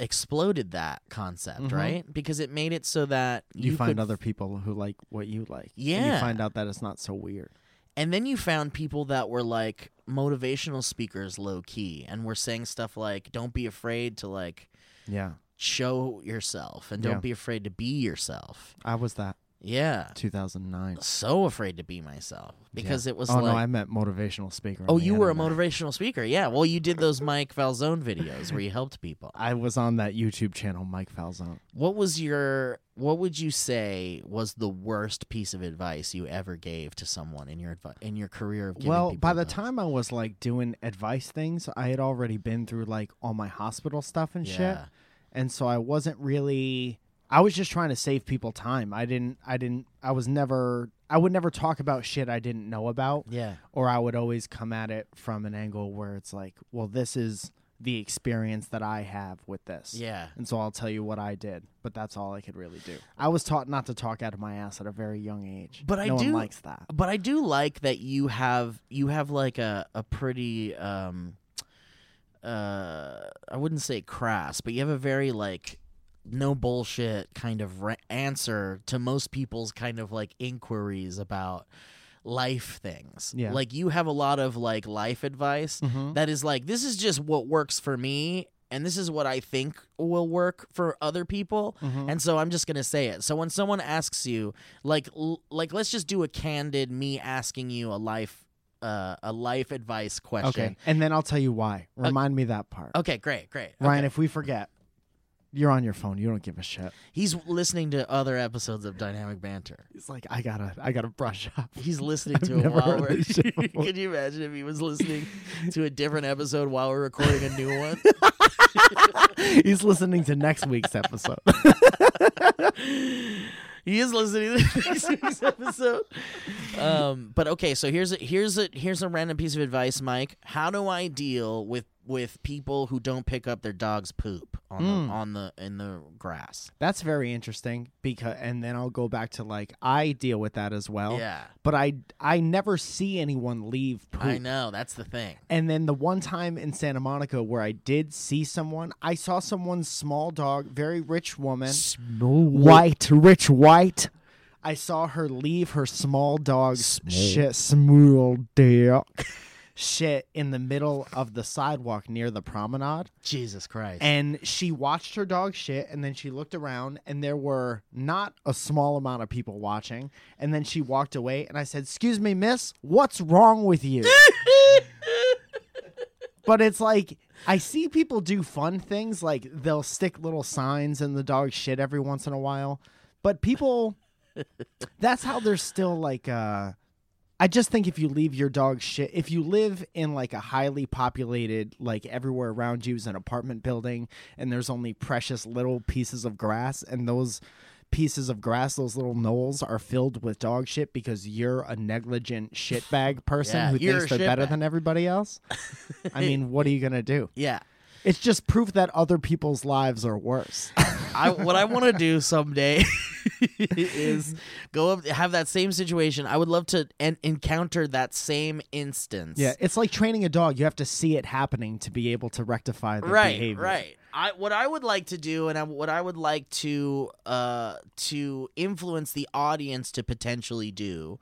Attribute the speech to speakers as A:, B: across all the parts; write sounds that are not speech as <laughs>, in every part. A: exploded that concept
B: Mhm.
A: right because it made it so that
B: You, find
A: could
B: other people who like what you like. And you
A: Yeah.
B: find out that it's not so weird.
A: And then you found people that were like motivational speakers low key and were saying stuff like don't be afraid to like
B: Yeah.
A: show yourself and don't
B: Yeah.
A: be afraid to be yourself.
B: I was that
A: Yeah.
B: 2009.
A: So afraid to be myself because it was
B: Oh,
A: like
B: no, I meant motivational speaker. on
A: Oh,
B: the
A: you were a
B: internet.
A: motivational speaker. Yeah. Well, you did those Mike Valzone videos where you helped people.
B: I was on that YouTube channel, Mike Falzone.
A: What was your what would you say was the worst piece of advice you ever gave to someone in your advi- in your career of giving
B: Well,
A: people
B: by the
A: advice?
B: time I was like doing advice things, I had already been through like all my hospital stuff and shit.
A: Yeah.
B: And so I wasn't really I was just trying to save people time. I didn't I didn't I was never I would never talk about shit I didn't know about
A: Yeah.
B: or I would always come at it from an angle where it's like, well, this is the experience that I have with this.
A: Yeah.
B: And so I'll tell you what I did, but that's all I could really do. I was taught not to talk out of my ass at a very young age.
A: But I
B: no one
A: do-
B: likes that.
A: but I do like that you have you have like a a pretty um uh I wouldn't say crass, but you have a very like no bullshit kind of re- answer to most people's kind of like inquiries about life things.
B: Yeah.
A: Like you have a lot of like life advice
B: Mhm.
A: that is like this is just what works for me and this is what I think will work for other people
B: Mhm.
A: and so I'm just gonna say it. So when someone asks you, like, l- like let's just do a candid me asking you a life, uh, a life advice
B: Okay.
A: question.
B: And then I'll tell you why. Remind me that part.
A: Okay, great, great.
B: Ryan,
A: Okay.
B: if we forget, you're on your phone. You don't give a shit.
A: he's listening to other episodes of Dynamic Banter.
B: He's like, I gotta, I gotta brush <laughs> up.
A: He's listening
B: I've
A: to it
B: never
A: while
B: heard
A: we're.
B: this shit
A: <laughs>
B: before.
A: Could you imagine if he was listening to a different episode while we're recording a new one?
B: He's listening to next week's episode. <laughs>
A: he is listening to this <laughs> week's episode. Um, but okay, so here's a here's a here's a random piece of advice, Mike. How do I deal with with people who don't pick up their dog's poop on
B: Mm.
A: the on the in the grass?
B: That's very interesting because, and then I'll go back to like I deal with that as well.
A: Yeah,
B: But I, I never see anyone leave poop.
A: I know that's the thing.
B: And then the one time in Santa Monica where I did see someone, I saw someone's small dog, very rich woman, white, rich white. I saw her leave her small dog's shit, small dog <laughs> shit in the middle of the sidewalk near the promenade.
A: Jesus Christ.
B: And she watched her dog shit and then she looked around and there were not a small amount of people watching. And then she walked away and I said, Excuse me, miss, what's wrong with you? but it's like I see people do fun things, like they'll stick little signs in the dog shit every once in a while. But people that's how they're still like uh I just think if you leave your dog shit, if you live in like a highly populated, like everywhere around you is an apartment building and there's only precious little pieces of grass and those pieces of grass, those little knolls are filled with dog shit because you're a negligent shitbag
A: <laughs>
B: person
A: Yeah,
B: who
A: you're
B: thinks
A: a
B: they're better
A: shitbag.
B: than
A: <laughs>
B: everybody else. I mean, what are you going to do?
A: yeah, <laughs>
B: It's just proof that other people's lives are worse. <laughs>
A: I what I want to do someday is go up have that same situation. I would love to en- encounter that same instance.
B: Yeah, it's like training a dog. You have to see it happening to be able to rectify the
A: right
B: behavior.
A: right i what i would like to do and I, what i would like to uh to influence the audience to potentially do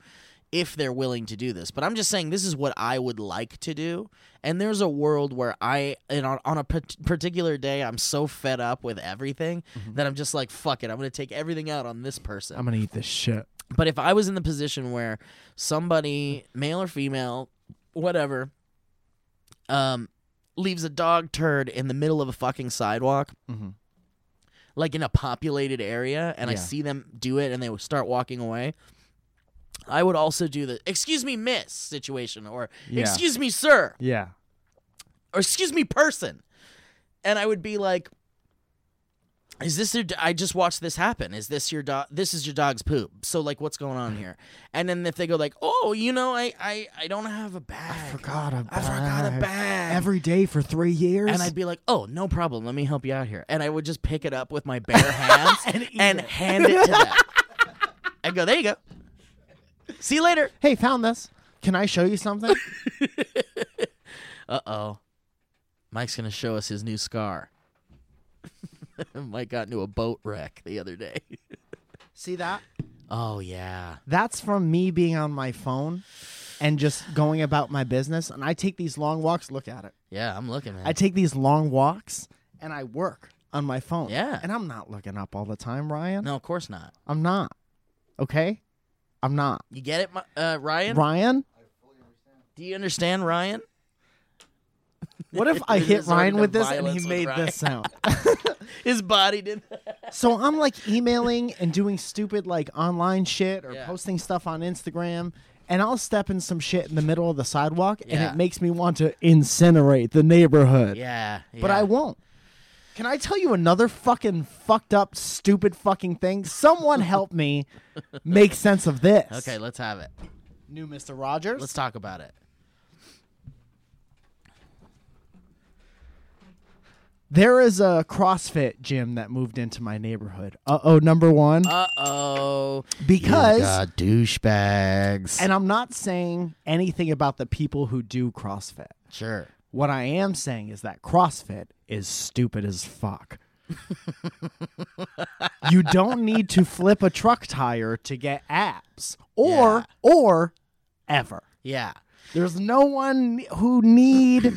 A: if they're willing to do this but i'm just saying this is what i would like to do and there's a world where i and on, on a pat- particular day i'm so fed up with everything
B: Mm-hmm.
A: that i'm just like fuck it i'm gonna take everything out on this person
B: I'm gonna eat this shit.
A: but if I was in the position where somebody, male or female, whatever, um, leaves a dog turd in the middle of a fucking sidewalk,
B: Mhm.
A: like in a populated area, and I
B: Yeah.
A: see them do it and they would start walking away, I would also do the excuse me, miss situation or
B: Yeah.
A: excuse me, sir
B: Yeah.
A: or excuse me, person. And I would be like, is this your, I just watched this happen. Is this your dog? This is your dog's poop. So like, what's going on here? And then if they go like, oh, you know, I, I, I don't have a bag.
B: I forgot a bag.
A: I forgot a bag.
B: Every day for three years.
A: and I'd be like, "Oh, no problem. Let me help you out here." And I would just pick it up with my bare <laughs> hands and, hand it to them. <laughs> I go, "There you go. See you later."
B: hey, found this. Can I show you <laughs> something?
A: Uh oh. Mike's going to show us his new scar. <laughs> Mike got into a boat wreck the other day.
B: see that?
A: Oh, yeah.
B: That's from me being on my phone and just going about my business. And I take these long walks. Look at it.
A: Yeah, I'm looking, man.
B: I take these long walks and I work on my phone.
A: Yeah.
B: And I'm not looking up all the time, Ryan.
A: no, of course not.
B: I'm not. Okay? I'm not.
A: You get it, Mi- uh, Ryan?
B: Ryan?
A: Do you understand, Ryan?
B: What if
A: <laughs>
B: I
A: It
B: hit
A: is already
B: Ryan with
A: been
B: this and he
A: violence with
B: made
A: Ryan.
B: this sound?
A: His body <laughs> did that.
B: so I'm like emailing and doing stupid like online shit or
A: Yeah.
B: posting stuff on Instagram. And I'll step in some shit in the middle of the sidewalk and
A: Yeah.
B: it makes me want to incinerate the neighborhood.
A: Yeah,
B: But I won't. Can I tell you another fucking fucked up, stupid fucking thing? Someone help me make sense of this.
A: <laughs> Okay, let's have it.
B: New Mr. Rogers.
A: Let's talk about it.
B: There is a CrossFit gym that moved into my neighborhood. Uh oh, number one.
A: Uh oh.
B: because,
A: douchebags.
B: and I'm not saying anything about the people who do CrossFit.
A: sure.
B: What I am saying is that CrossFit is stupid
A: <laughs>
B: as fuck. you don't need to flip a truck tire to get abs or, or ever.
A: Yeah.
B: There's no one who need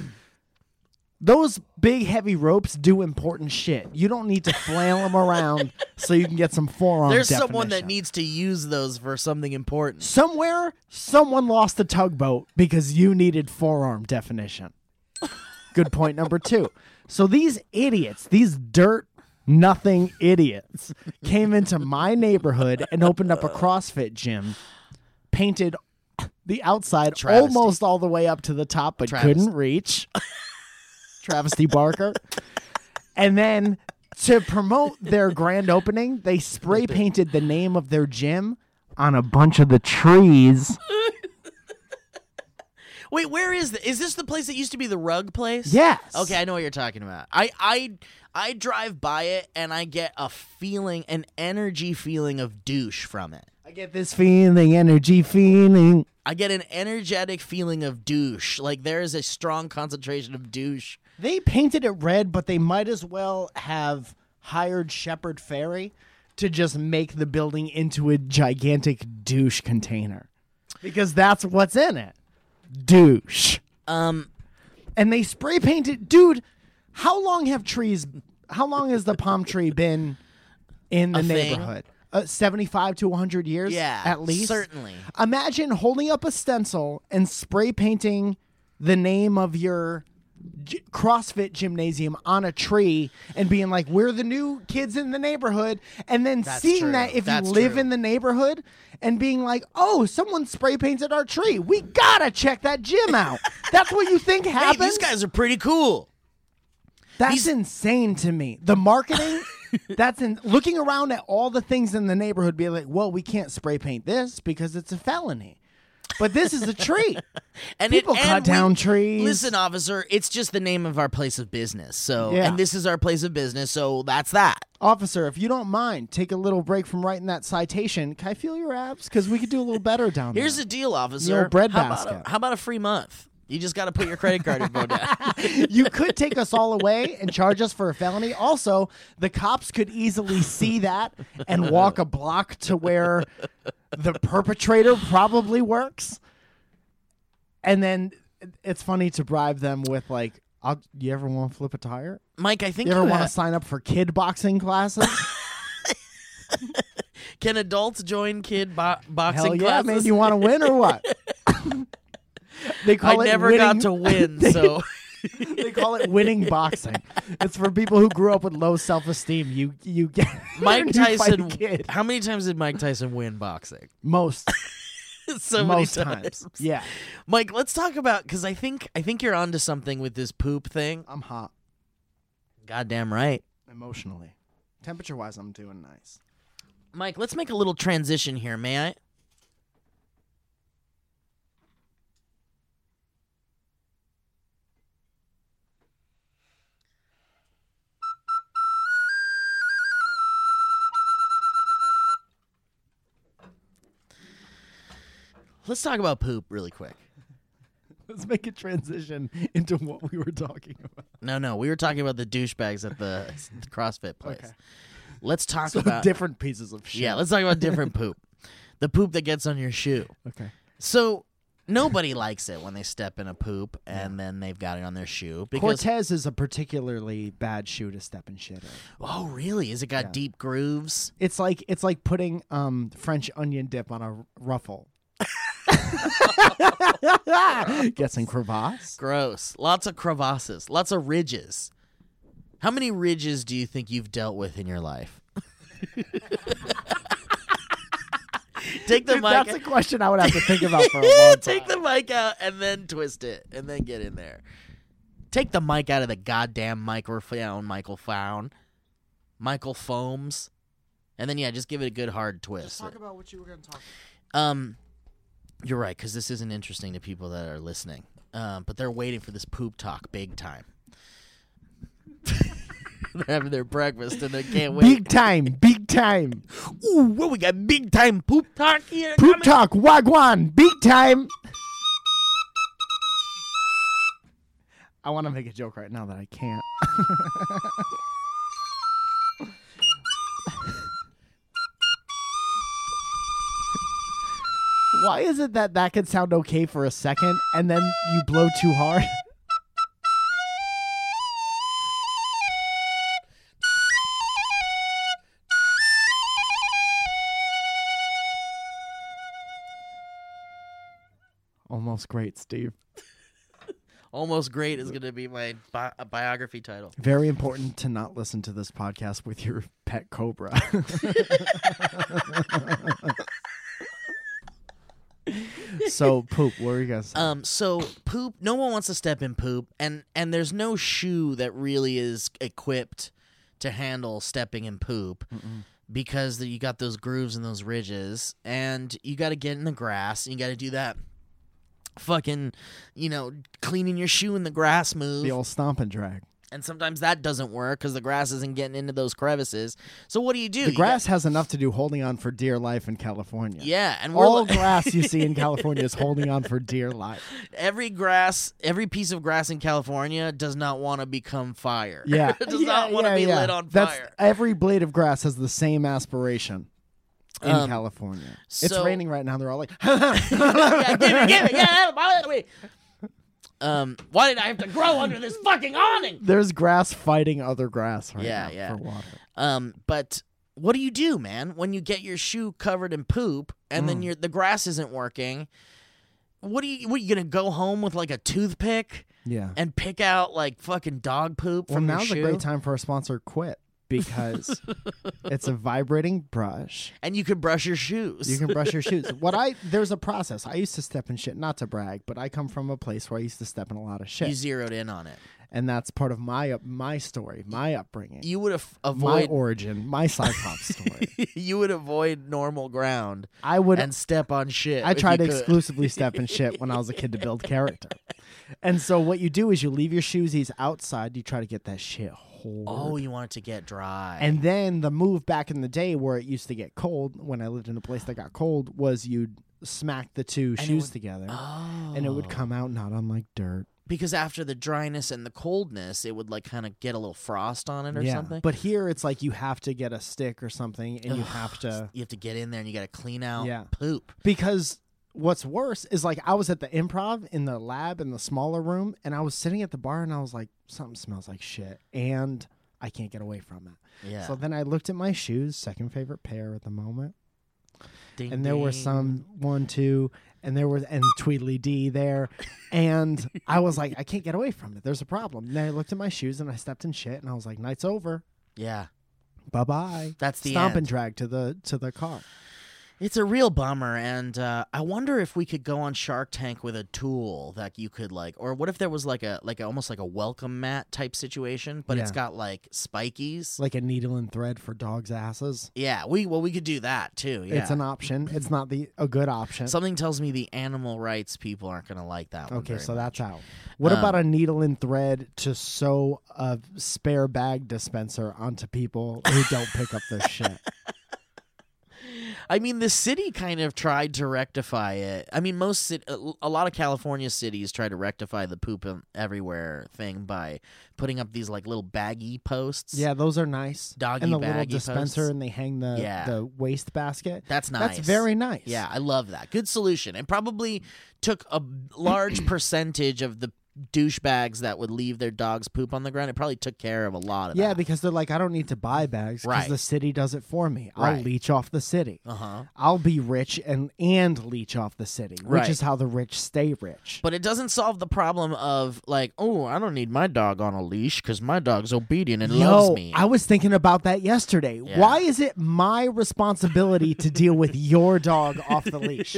B: <clears throat> those big heavy ropes do important shit. You don't need to flail
A: <laughs>
B: them around so you can get some forearm.
A: There's someone that
B: definition.
A: needs to use those for something important.
B: somewhere someone lost the tugboat because you needed forearm definition. Good point number 2. So these idiots, these dirt nothing idiots came into my neighborhood and opened up a CrossFit gym, painted the outside
A: Travesty.
B: almost all the way up to the top but
A: Travesty.
B: couldn't reach. <laughs> Travesty Barker. And then to promote their grand opening, they spray painted the name of their gym on a bunch of the trees.
A: Wait, where is the, is this the place that used to be the rug place?
B: Yes.
A: Okay, I know what you're talking about. I I I drive by it and I get a feeling, an energy feeling of douche from it.
B: I get this feeling, energy feeling.
A: I get an energetic feeling of douche. Like there is a strong concentration of douche.
B: They painted it red, but they might as well have hired Shepard Ferry to just make the building into a gigantic douche container because that's what's in it. Douche.
A: Um,
B: And they spray painted. Dude, how long have trees, how long has the palm tree been in the
A: A thing?
B: neighborhood? Uh, 75 to 100 years?
A: yeah,
B: At least?
A: certainly.
B: imagine holding up a stencil and spray painting the name of your g- CrossFit gymnasium on a tree and being like, "We're the new kids in the neighborhood," and then seeing
A: true.
B: that if
A: That's
B: you live
A: true.
B: in the neighborhood and being like, "Oh, someone spray painted our tree. We gotta check that
A: <laughs>
B: gym out." That's what you think
A: Hey,
B: happens.
A: these guys are pretty cool.
B: that's
A: these-
B: insane to me.
A: <laughs>
B: The marketing. that's in looking around at all the things in the neighborhood, being like, "Well, we can't spray paint this because it's a felony." But this is a treat.
A: <laughs> And it-
B: People cut
A: and we-
B: down trees.
A: Listen, officer, it's just the name of our place of business. So,
B: Yeah.
A: and this is our place of business. So that's that.
B: officer, if you don't mind, take a little break from writing that citation. Can I feel your abs? Because we could do a little better down
A: Here's
B: there.
A: the deal, officer.
B: old bread
A: how about a-
B: basket.
A: how about a free month? You just got to put your credit card info
B: <laughs>
A: down.
B: you could take us all away and charge us for a felony. Also, the cops could easily see that and walk a block to where the perpetrator probably works. And then it's funny to bribe them with like, I'll, "You ever want to flip a tire?
A: Mike, I think
B: You ever
A: you
B: want to
A: ha-
B: sign up for kid boxing classes?
A: can adults join kid bo- boxing
B: Hell yeah,
A: classes?
B: man! You want to win or what?" <laughs> they
A: I
B: call it
A: never
B: winning-
A: got
B: <laughs>
A: to win, so
B: They call it winning boxing. It's for people who grew up with low self esteem. You you get <laughs>
A: Mike
B: you fight a
A: Tyson.
B: kid.
A: How many times did Mike Tyson win boxing? <laughs>
B: most
A: so
B: most
A: many
B: times. Yeah,
A: Mike, let's talk about because I think I think you're onto something with this poop thing.
B: I'm hot
A: Goddamn right,
B: emotionally. Temperature wise, I'm doing nice.
A: Mike. Let's make a little transition here, may I? Let's talk about poop really quick.
B: Let's make a transition into what we were talking about.
A: No, no, we were talking about the douchebags at the <laughs> CrossFit place.
B: Okay.
A: Let's talk
B: So
A: about
B: different pieces of
A: <laughs>
B: shit.
A: yeah. Let's talk about different poop. The poop that gets on your shoe.
B: okay.
A: So nobody likes it when they step in a poop and then they've got it on their shoe because
B: Cortez is a particularly bad shoe to step in shit in.
A: oh really? Is it got
B: Yeah.
A: deep grooves?
B: It's like it's like putting um French onion dip on a r- ruffle. <laughs> Get some crevasse.
A: Gross. Lots of crevasses. Lots of ridges. How many ridges do you think you've dealt with in your
B: <laughs>
A: life? Take the
B: Dude,
A: mic.
B: that's a question I would have to think about
A: <laughs>
B: for a long
A: Take the mic out and then twist it and then get in there. Take the mic out of the goddamn microphone, Michael Fown. Michael Foams. And then yeah, just give it a good hard twist.
B: about what you were going to talk about.
A: Um you're right cuz this isn't interesting to people that are listening. Um, but they're waiting for this poop talk big time. <laughs> they're having their breakfast and they can't wait.
B: Big time, big time.
A: Ooh, well, we got big time poop talk here.
B: Poop
A: coming.
B: talk, wagwan, big time. I want to make a joke right now that I can't. Why is it that that could sound okay for a second and then you blow too hard? <laughs> Almost great, Steve.
A: Almost great is going to be my bi- biography title.
B: Very important to not listen to this podcast with your pet cobra. <laughs> so poop. What were you guys? saying?
A: Um, so poop. No one wants to step in poop, and and there's no shoe that really is equipped to handle stepping in poop because the, you got those grooves and those ridges, and you got to get in the grass, and you got to do that fucking, you know, cleaning your shoe in the grass move,
B: the old stomp and drag.
A: and sometimes that doesn't work because the grass isn't getting into those crevices. So what do you do?
B: The
A: You got-
B: grass has enough to do holding on for dear life in California.
A: yeah, and we're
B: All
A: li-
B: grass
A: <laughs>
B: you see in California is holding on for dear life.
A: every grass, every piece of grass in California does not want to become fire.
B: Yeah.
A: <laughs> It does
B: Yeah,
A: not want to
B: yeah,
A: be
B: yeah.
A: lit on
B: That's,
A: fire.
B: Every blade of grass has the same aspiration in
A: Um,
B: California. it's
A: so-
B: raining right now. They're all like,
A: <laughs>
B: <laughs>
A: <laughs> yeah, give it, give it, yeah, <laughs> out of me. Um, why did I have to grow under this fucking awning?
B: there's grass fighting other grass right
A: Yeah,
B: now
A: yeah.
B: for water.
A: Um, but what do you do, man, when you get your shoe covered in poop and
B: Mm.
A: then your the grass isn't working? What are you? What are you gonna go home with like a toothpick
B: Yeah.
A: and pick out like fucking dog poop
B: Well,
A: from your
B: now's
A: shoe?
B: a great time for a sponsor quit
A: <laughs>
B: because it's a vibrating brush.
A: And you can brush your shoes.
B: You can brush
A: <laughs>
B: your shoes. What I there's a process. I used to step in shit, not to brag, but I come from a place where I used to step in a lot of shit.
A: You zeroed in on it.
B: and that's part of my up my story, my upbringing,
A: You would af-
B: my
A: avoid <laughs>
B: origin, my Cyclops story.
A: you would avoid normal ground
B: I would.
A: and step on shit.
B: I
A: if
B: tried to
A: you could. <laughs>
B: exclusively step in shit when I was a kid to build character. And so what you do is you leave your shoesies outside. You try to get that shit whole.
A: Oh, you want it to get dry.
B: And then the move back in the day where it used to get cold when I lived in a place that got cold was you'd smack the two
A: it
B: shoes
A: would-
B: together
A: oh.
B: and it would come out not unlike dirt.
A: because after the dryness and the coldness, it would like kind of get a little frost on it or something.
B: But here it's like you have to get a stick or something and you
A: Ugh, <sighs>
B: have to
A: you have to get in there and you got to clean out
B: uh, Yeah.
A: poop.
B: because what's worse is like I was at the improv in the lab in the smaller room and I was sitting at the bar and I was like something smells like shit and I can't get away from it.
A: Yeah.
B: So then I looked at my shoes, second favorite pair at the moment.
A: Ding,
B: and there were
A: ding.
B: some one two and there was and tweedly d
A: <laughs>
B: there and i was like i can't get away from it there's a problem and then i looked at my shoes and i stepped in shit and i was like night's over
A: Yeah.
B: bye-bye
A: That's the
B: stomp
A: end.
B: and drag to the to the car
A: It's a real bummer, and uh, I wonder if we could go on Shark Tank with a tool that you could like, or what if there was like a like a, almost like a welcome mat type situation, but it's
B: Yeah.
A: got like spikies.
B: it's like a needle and thread for dogs asses
A: yeah, we well we could do that too. Yeah,
B: it's an option it's not the a good option
A: something tells me the animal rights people aren't gonna like that. one
B: okay
A: very
B: so
A: much.
B: that's out what
A: Um,
B: about a needle and thread to sew a spare bag dispenser onto people
A: <laughs>
B: who don't pick up their shit
A: I mean, the city kind of tried to rectify it. I mean, most cit- a a lot of California cities try to rectify the poop em- everywhere thing by putting up these like little baggy posts.
B: Yeah, those are nice.
A: Doggy
B: and the little
A: baggy
B: dispenser,
A: posts.
B: and they hang the
A: Yeah.
B: the waste basket.
A: that's nice.
B: That's very nice.
A: Yeah, I love that. Good solution. It probably took a
B: <clears throat>
A: large percentage of the douchebags that would leave their dog's poop on the ground. It probably took care of a lot of
B: Yeah,
A: that.
B: because they're like, I don't need to buy bags because
A: Right.
B: the city does it for me. I'll
A: Right.
B: leech off the city.
A: Uh huh.
B: I'll be rich and and leech off the city, which
A: Right.
B: is how the rich stay rich.
A: But it doesn't solve the problem of like, oh, I don't need my dog on a leash because my dog's obedient and loves
B: Yo,
A: me.
B: I was thinking about that yesterday.
A: Yeah.
B: Why is it my responsibility to deal with your dog off
A: <laughs>
B: the leash?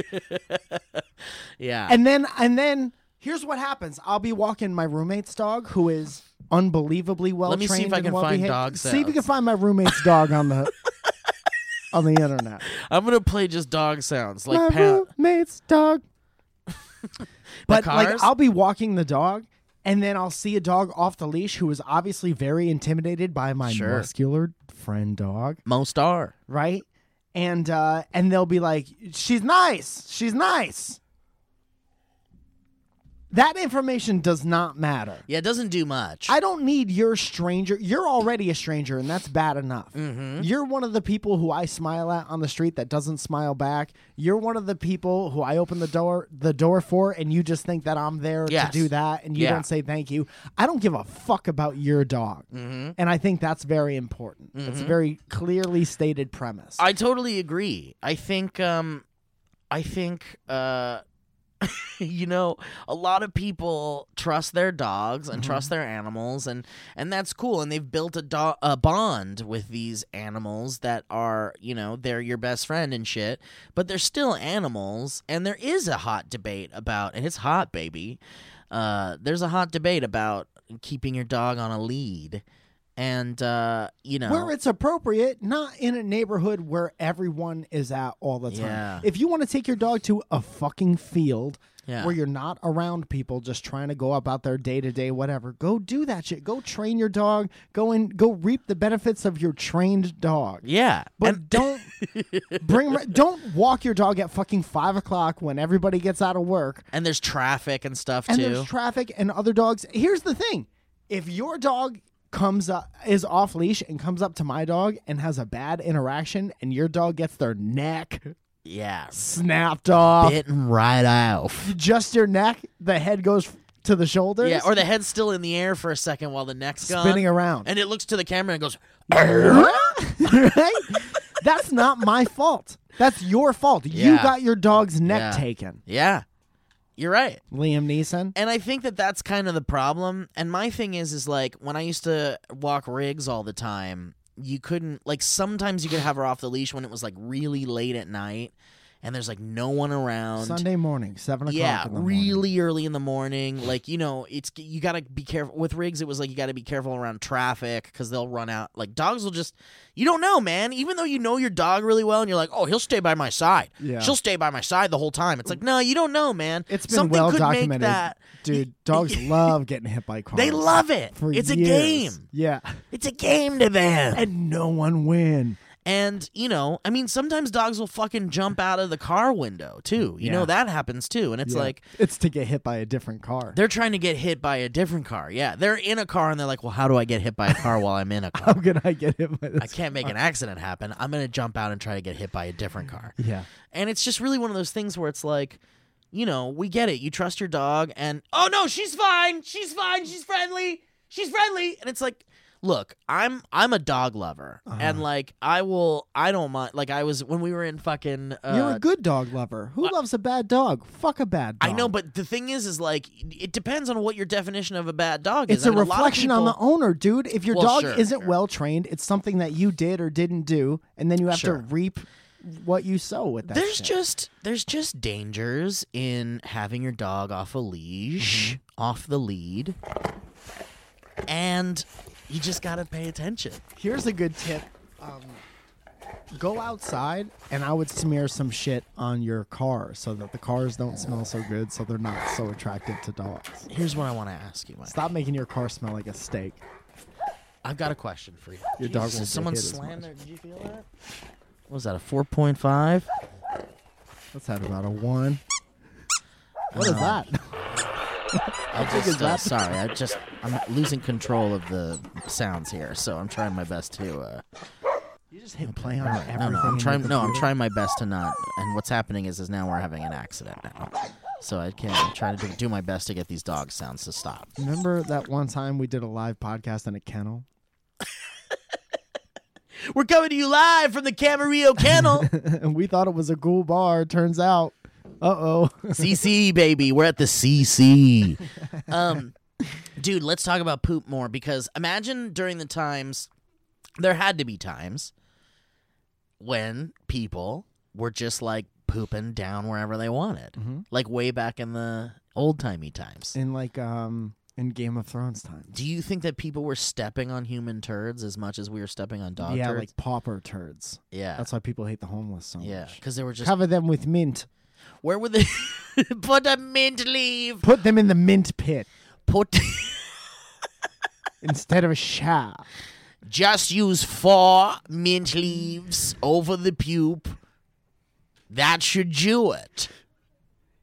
A: yeah.
B: And then and then here's what happens. I'll be walking my roommate's dog who is unbelievably well
A: me see
B: trained
A: if I
B: and
A: can find
B: well-behaved.
A: dog
B: See if you can
A: sounds.
B: find my roommate's dog
A: <laughs>
B: on the on the internet.
A: I'm gonna play just dog sounds
B: my
A: like pound.
B: roommate's
A: <laughs>
B: dog. but
A: cars?
B: like I'll be walking the dog and then I'll see a dog off the leash who is obviously very intimidated by my
A: Sure.
B: muscular friend dog,
A: Most are.
B: right? And uh and they'll be like, "She's nice. She's nice." That information does not matter.
A: Yeah, it doesn't do much.
B: I don't need your stranger. You're already a stranger, and that's bad enough.
A: Mm-hmm.
B: You're one of the people who I smile at on the street that doesn't smile back. You're one of the people who I open the door the door for, and you just think that I'm there
A: Yes.
B: to do that, and you
A: Yeah.
B: don't say thank you. I don't give a fuck about your dog,
A: Mm-hmm.
B: and I think that's very important. It's a very clearly stated premise.
A: I totally agree. I think um I think uh <laughs> you know a lot of people trust their dogs and trust
B: Mm-hmm.
A: their animals and and that's cool and they've built a, do- a bond with these animals that are you know they're your best friend and shit but they're still animals and there is a hot debate about and it's hot baby uh there's a hot debate about keeping your dog on a lead and uh you know
B: Where it's appropriate, not in a neighborhood where everyone is at all the time.
A: Yeah.
B: If you want to take your dog to a fucking field
A: Yeah.
B: where you're not around people just trying to go about their day to day whatever, go do that shit. Go train your dog. Go and go reap the benefits of your trained dog.
A: yeah
B: But
A: And-
B: don't bring <laughs> don't walk your dog at fucking five o'clock when everybody gets out of work
A: And there's traffic and stuff
B: and
A: too.
B: there's traffic and other dogs. Here's the thing: if your dog comes up is off leash and comes up to my dog and has a bad interaction, and your dog gets their neck
A: yeah.
B: snapped off,
A: Bitten right off.
B: just your neck, the head goes f- to the shoulders,
A: Yeah, or the head's still in the air for a second while the neck's gone.
B: spinning around,
A: And it looks to the camera and goes,
B: <laughs> right? That's not my fault. That's your fault. You
A: Yeah.
B: got your dog's neck
A: Yeah.
B: taken,
A: yeah, you're right.
B: Liam Neeson.
A: And I think that that's kind of the problem. And my thing is, is like when I used to walk rigs all the time, you couldn't, like, sometimes you could have her off the leash when it was like really late at night and there's like no one around.
B: Sunday morning, seven o'clock.
A: Yeah,
B: in the morning.
A: really early in the morning. Like you know, it's you gotta be careful with rigs. It was like you gotta be careful around traffic because they'll run out. Like dogs will just, you don't know, man. Even though you know your dog really well, and you're like, oh, he'll stay by my side.
B: Yeah.
A: she'll stay by my side the whole time. It's like, no, you don't know, man.
B: It's been
A: Something
B: well
A: could Make
B: documented,
A: that.
B: dude.
A: <laughs>
B: Dogs love getting hit by cars.
A: They love it.
B: For
A: it's a
B: years.
A: game.
B: Yeah,
A: <laughs> It's a game to them.
B: and no one win.
A: And you know, I mean, sometimes dogs will fucking jump out of the car window too. You know
B: Yeah.
A: that happens too, and it's
B: Yeah.
A: like
B: it's to get hit by a different car.
A: they're trying to get hit by a different car. Yeah, they're in a car and they're like, "Well, how do I get hit by a car while I'm in a
B: <laughs> How
A: car?
B: can I get hit by this?
A: I can't make an accident happen. I'm gonna jump out and try to get hit by a different car."
B: <laughs> Yeah,
A: And it's just really one of those things where it's like, you know, we get it. You trust your dog, and oh no, she's fine. She's fine. She's friendly. She's friendly. And it's like, look, I'm I'm a dog lover,
B: Uh-huh.
A: and like I will, I don't mind. Like I was when we were in fucking. Uh,
B: you're a good dog lover. Who loves a bad dog? Fuck a bad dog.
A: I know, but the thing is, is like it depends on what your definition of a bad dog is.
B: It's
A: I
B: a
A: mean, lot of
B: reflection on the
A: people-
B: owner, dude. If your
A: Well,
B: dog
A: sure,
B: isn't
A: sure.
B: well trained, it's something that you did or didn't do, and then you have
A: Sure.
B: to reap what you sow with that.
A: There's
B: shit.
A: just there's just dangers in having your dog off a leash,
B: Mm-hmm.
A: off the lead, and you just gotta pay attention.
B: Here's a good tip. Um, go outside, and I would smear some shit on your car so that the cars don't smell so good, so they're not so attractive to dogs.
A: Here's what I want to ask you, Mike.
B: Stop making your car smell like a steak.
A: I've got a question for you.
B: Your dog
A: Jesus, someone
B: won't get hit as
A: slammed
B: much.
A: their. Did you feel that? What was that? A four point five?
B: Let's have about a one. What is
A: Um,
B: that? <laughs>
A: I
B: is
A: just uh,
B: that-
A: sorry. <laughs> I just I'm losing control of the sounds here, so I'm trying my best to. Uh,
B: You just hit play on everything.
A: No, no,
B: in
A: I'm
B: your
A: trying. No, I'm
B: computer.
A: trying my best to not. And what's happening is, is now we're having an accident now. So I can't. I'm trying to do, do my best to get these dog sounds to stop.
B: Remember that one time we did a live podcast in a kennel?
A: We're coming to you live from the Camarillo <laughs> Kennel,
B: and we thought it was a ghoul bar. Turns out, uh oh.
A: CC baby. We're at the CC. Um, dude, let's talk about poop more because imagine during the times, there had to be times when people were just like pooping down wherever they wanted,
B: Mm-hmm.
A: like way back in the old timey times.
B: <laughs> in like um in Game of Thrones times.
A: Do you think that people were stepping on human turds as much as we were stepping on dog
B: Yeah,
A: turds?
B: like pauper turds.
A: yeah,
B: That's why people hate the homeless so
A: yeah,
B: much.
A: because they were just
B: Cover them with mint.
A: where were they? <laughs> Put a mint leaf.
B: Put them in the mint pit
A: Put
B: instead of a shaft.
A: just use four mint leaves over the pupe. That should do it.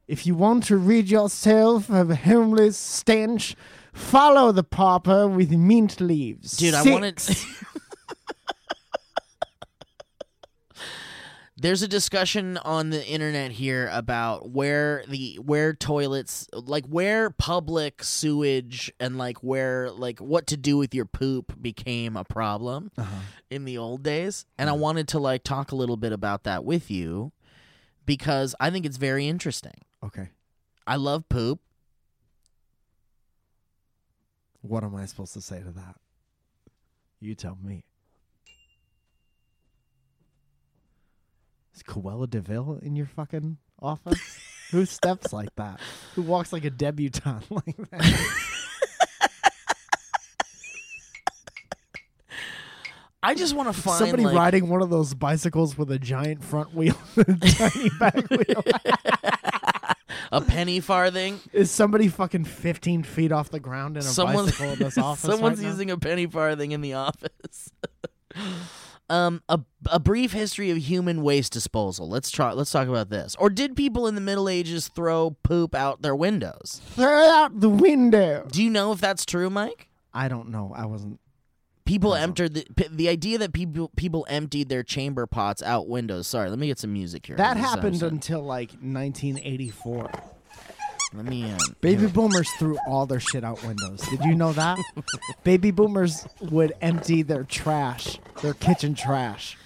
B: If you want to rid yourself of homeless stench, follow the pauper with mint leaves.
A: Dude,
B: Six.
A: I wanted. <laughs> There's a discussion on the internet here about where the where toilets like where public sewage and like where like what to do with your poop became a problem in the old days and I wanted to like talk a little bit about that with you because I think it's very interesting.
B: Okay.
A: I love poop.
B: What am I supposed to say to that? You tell me. Is Cruella Deville in your fucking office?
A: <laughs>
B: Who steps like that? Who walks like a debutante <laughs> like that?
A: I just want to find
B: Somebody
A: like,
B: riding one of those bicycles with a giant front wheel <laughs> and a tiny
A: <laughs>
B: back wheel.
A: a penny farthing.
B: Is somebody fucking 15 feet off the ground in a
A: Someone-
B: bicycle
A: <laughs>
B: in this office?
A: Someone's
B: right now?
A: using a penny farthing in the office. <laughs> um, a, a brief history of human waste disposal. Let's try. Let's talk about this. Or did people in the Middle Ages throw poop out their windows?
B: Throw out the window.
A: Do you know if that's true, Mike?
B: I don't know. I wasn't.
A: People emptied the p- the idea that people people emptied their chamber pots out windows. Sorry, let me get some music here.
B: That
A: This is-
B: happened until like 1984.
A: Let
B: <laughs>
A: me. Um,
B: Baby boomers threw all their shit out windows. Did you
A: <laughs>
B: know that? Baby boomers would empty their trash, their kitchen trash,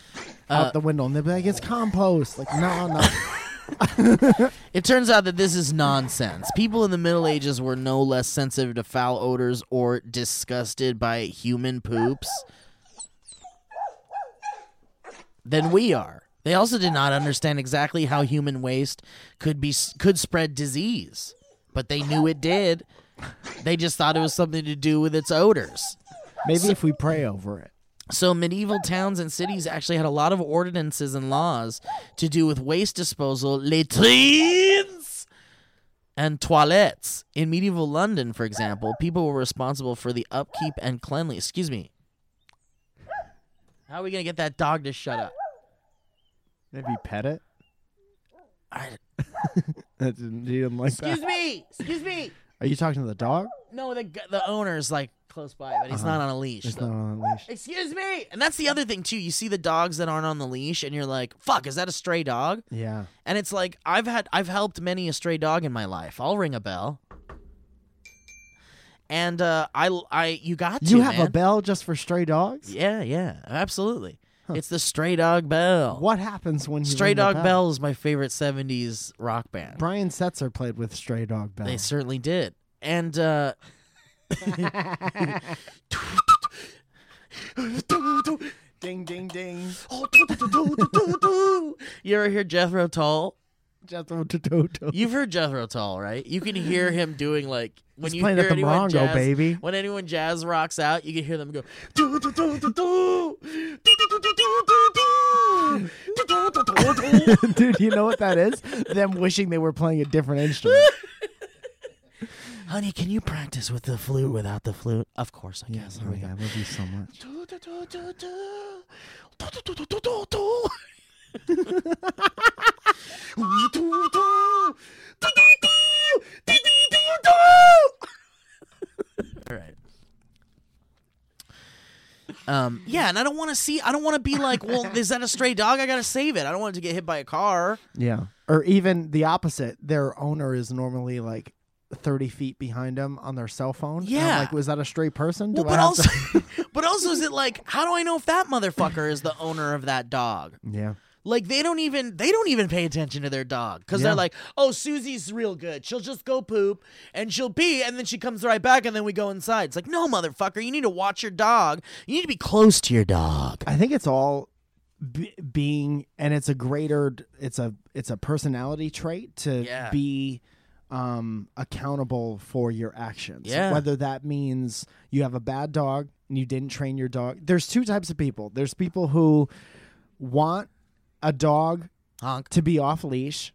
A: Uh,
B: out the window, and they'd be like, "It's compost." Like,
A: <laughs>
B: no, no.
A: It turns out that this is nonsense. People in the Middle Ages were no less sensitive to foul odors or disgusted by human poops than we are. They also did not understand exactly how human waste could be could spread disease, but they knew it did. They just thought it was something to do with its odors.
B: Maybe if we pray over it.
A: So medieval towns and cities actually had a lot of ordinances and laws to do with waste disposal, latrines, and toilets. In medieval London, for example, people were responsible for the upkeep and cleanliness. Excuse me. How are we gonna get that dog to shut up?
B: Maybe pet it.
A: I-
B: <laughs> That didn't, he didn't like
A: excuse
B: that.
A: me. Excuse me.
B: Are you talking to the dog?
A: No, the g- the owner's like close by, but he's
B: Uh-huh.
A: not on a leash.
B: It's
A: so-
B: not on a leash.
A: Excuse me. And that's the other thing too. You see the dogs that aren't on the leash, and you're like, "Fuck, is that a stray dog?"
B: Yeah.
A: And it's like I've had I've helped many a stray dog in my life. I'll ring a bell. And uh, I I you got
B: You
A: to,
B: have a
A: man.
B: bell just for stray dogs?
A: Yeah, yeah, absolutely.
B: Huh.
A: It's the stray dog bell.
B: What happens when you
A: Stray
B: ring the
A: Dog Bell. is my favorite '70s rock band.
B: Brian Setzer played with Stray Dog Bell.
A: They certainly did. And uh,
B: <laughs> ding ding ding.
A: you ever hear Jethro Tull?
B: Jethro Tututu. <laughs>
A: You've heard Jethro Tull, right? You can hear him doing like when
B: He's
A: you
B: playing
A: hear
B: at the
A: anyone
B: Morongo,
A: jazz,
B: baby.
A: When anyone jazz rocks out, you can hear them go. "Do, do, do, do, do. Do, do, do, do, do, do. Do, do, do, do, do."
B: Dude, you know what that is? Them wishing they were playing a different instrument.
A: <laughs> Honey, can you practice with the flute without the flute? Of course I can.
B: yes,
A: Here we go.
B: honey, I love you so much.
A: Do, do, do, do, do. Do, do, do, do, do, do, do. Do, do, do. Do, do, do. Do, do, do, do. All right. Um, yeah, and I don't want to see. I don't want to be like, well, is that a stray dog? I gotta save it. I don't want it to get hit by a car.
B: Yeah. Or even the opposite. Their owner is normally like 30 feet behind them on their cell phone. And I'm
A: Yeah.
B: like, was that a stray person? Do
A: Well,
B: I
A: but
B: have
A: also,
B: to-" <laughs>
A: <laughs> but also, is it like, how do I know if that motherfucker is the owner of that dog?
B: Yeah.
A: Like they don't even they don't even pay attention to their dog because
B: Yeah.
A: they're like, oh Susie's real good. She'll just go poop and she'll pee and then she comes right back and then we go inside. It's like no motherfucker, you need to watch your dog. You need to be close to your dog.
B: I think it's all b- being, and it's a greater, it's a, it's a personality trait to
A: Yeah.
B: be um, accountable for your actions.
A: Yeah.
B: Whether that means you have a bad dog and you didn't train your dog. There's two types of people. There's people who want a dog
A: Honk.
B: to be off leash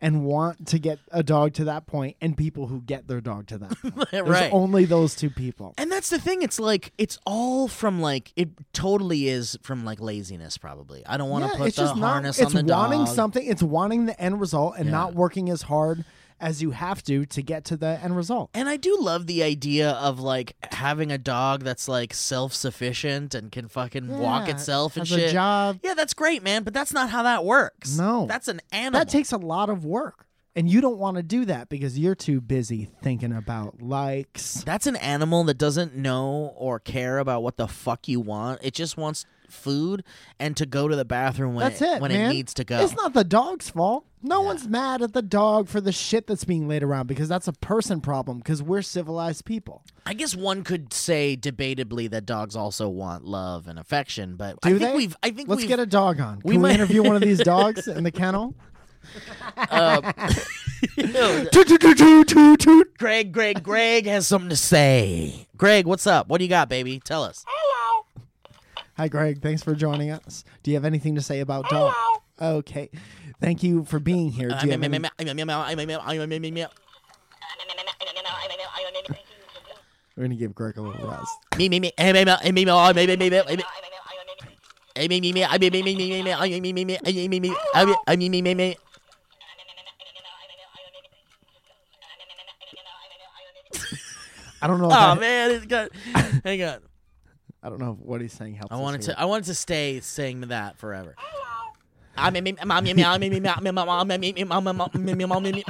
B: and want to get a dog to that point and people who get their dog
A: <laughs>
B: to that point. There's
A: right.
B: only those two people.
A: And that's the thing. It's like it's all from like it totally is from like laziness. Probably. I don't want to
B: Yeah,
A: put
B: it's
A: the
B: just not
A: harness
B: it's
A: on the
B: wanting
A: dog.
B: something, it's wanting the end result and
A: Yeah.
B: not working as hard as you have to to get to the end result.
A: And I do love the idea of like having a dog that's like self sufficient and can fucking walk
B: Yeah,
A: itself and
B: has
A: shit.
B: a job.
A: Yeah, that's great, man, but that's not how that works.
B: No.
A: That's an animal.
B: That takes a lot of work. And you don't want to do that because you're too busy thinking about likes.
A: that's an animal that doesn't know or care about what the fuck you want. It just wants food and to go to the bathroom when
B: That's
A: it,
B: it,
A: when
B: man.
A: it needs to go.
B: It's not the dog's fault. No one's mad at the dog for the shit that's being laid around because that's a person problem because we're civilized people.
A: I guess one could say debatably that dogs also want love and affection, but I
B: Do
A: think
B: they?
A: we've I think
B: Let's
A: we've <laughs>
B: get a dog on. Can
A: we
B: we,
A: might-
B: interview one
A: <laughs>
B: of these dogs in the kennel?
A: Yo,
B: Toot, toot, toot, toot, toot, toot.
A: Greg, Greg, Greg has something to say. Greg, what's up? What do you got, baby? Tell us.
B: Hi, Greg. Thanks for joining us. Do you have anything to say about dogs? Okay. Thank you for being here.
A: Uh,
B: Do you have any-
A: Me,
B: We're going to give Greg a little rest.
A: me, me, eh, me, me, eh, me, me, oh, me, me, me, me, eh, me, eh, me, me, me, I, me, me, me, me, me, me, I, me, me, me, me, I, me, me, me, I, me, I, me, me, me, me.
B: I don't know. If
A: Oh
B: I,
A: man, it's good. Hang on.
B: I don't know if what he's saying helps.
A: I
B: us
A: wanted
B: here.
A: to I wanted to stay saying that forever. I me, me, ma, me, me, I, me, me, me, I, me, me, ma, me, me, me, ma, me, ma, me, me, ma, me, me.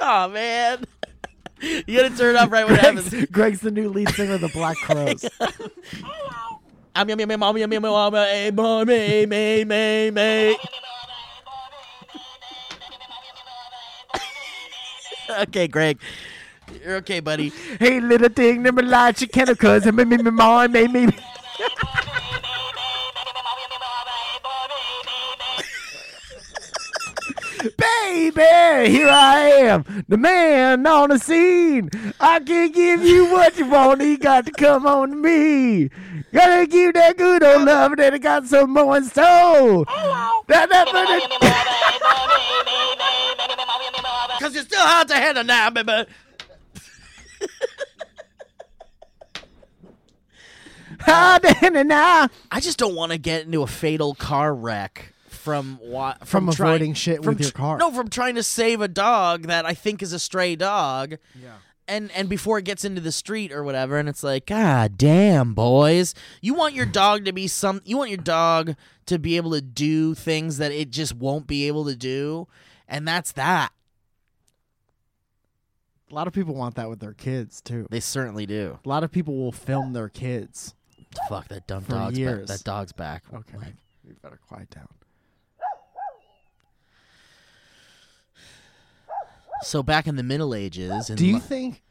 A: Oh man. You gotta turn it off right when it happens.
B: Greg's, Greg's the new lead singer of the Black Crows.
A: Ah, me, me, me, ma, me, me, me, ma, me, ma, me, me, me, me. Okay, Greg. You're okay, buddy.
B: Hey, little thing, never lied. She can't cause me, me, me, mom, me, me. Baby, here I am, the man on the scene. I can give you what you want. You got to come on to me. Gotta give that good old love that I got some more in store. That, that, that, that.
A: Because you're still hard to handle now, baby.
B: Ah, then and now.
A: I just don't want to get into a fatal car wreck from what
B: From
A: from, trying-
B: avoiding shit
A: from
B: with your
A: tr-
B: car.
A: No, from trying to save a dog that I think is a stray dog.
B: Yeah.
A: And and before it gets into the street or whatever, and it's like, God damn, boys! You want your dog to be some. You want your dog to be able to do things that it just won't be able to do, and that's that.
B: A lot of people want that with their kids too.
A: They certainly do.
B: A lot of people will film their kids.
A: Fuck that dumb
B: For
A: dog's back.
B: years.
A: That dog's back. Like,
B: you better quiet down.
A: so back in the Middle Ages, in
B: Do you
A: Lo-
B: think?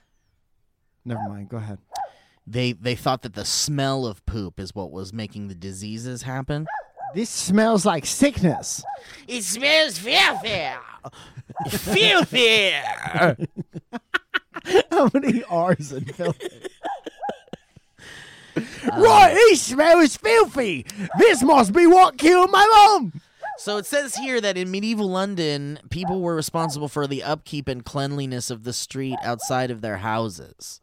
B: Never mind. Go ahead.
A: they they thought that the smell of poop is what was making the diseases happen.
B: This smells like sickness. <laughs>
A: It smells filthy, filthy.
B: How many R's in <laughs> filthy? Right, he smells filthy. This must be what killed my mom.
A: So it says here that in medieval London, people were responsible for the upkeep and cleanliness of the street outside of their houses.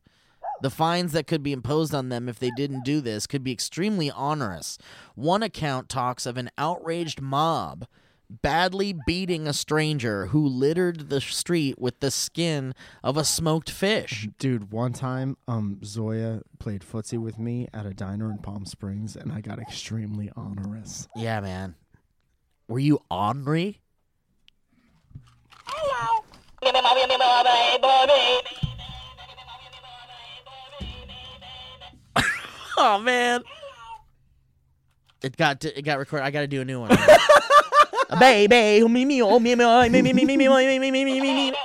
A: The fines that could be imposed on them if they didn't do this could be extremely onerous. One account talks of an outraged mob badly beating a stranger who littered the street with the skin of a smoked fish.
B: Dude, one time, um, Zoya played footsie with me at a diner in Palm Springs, and I got extremely onerous. <laughs>
A: Yeah, man. Were you ornery? Oh man. It got it got recorded. I got to do a new one. <laughs> Baby, oh, me me oh me me oh, me me me me me me me me me me. <laughs> me.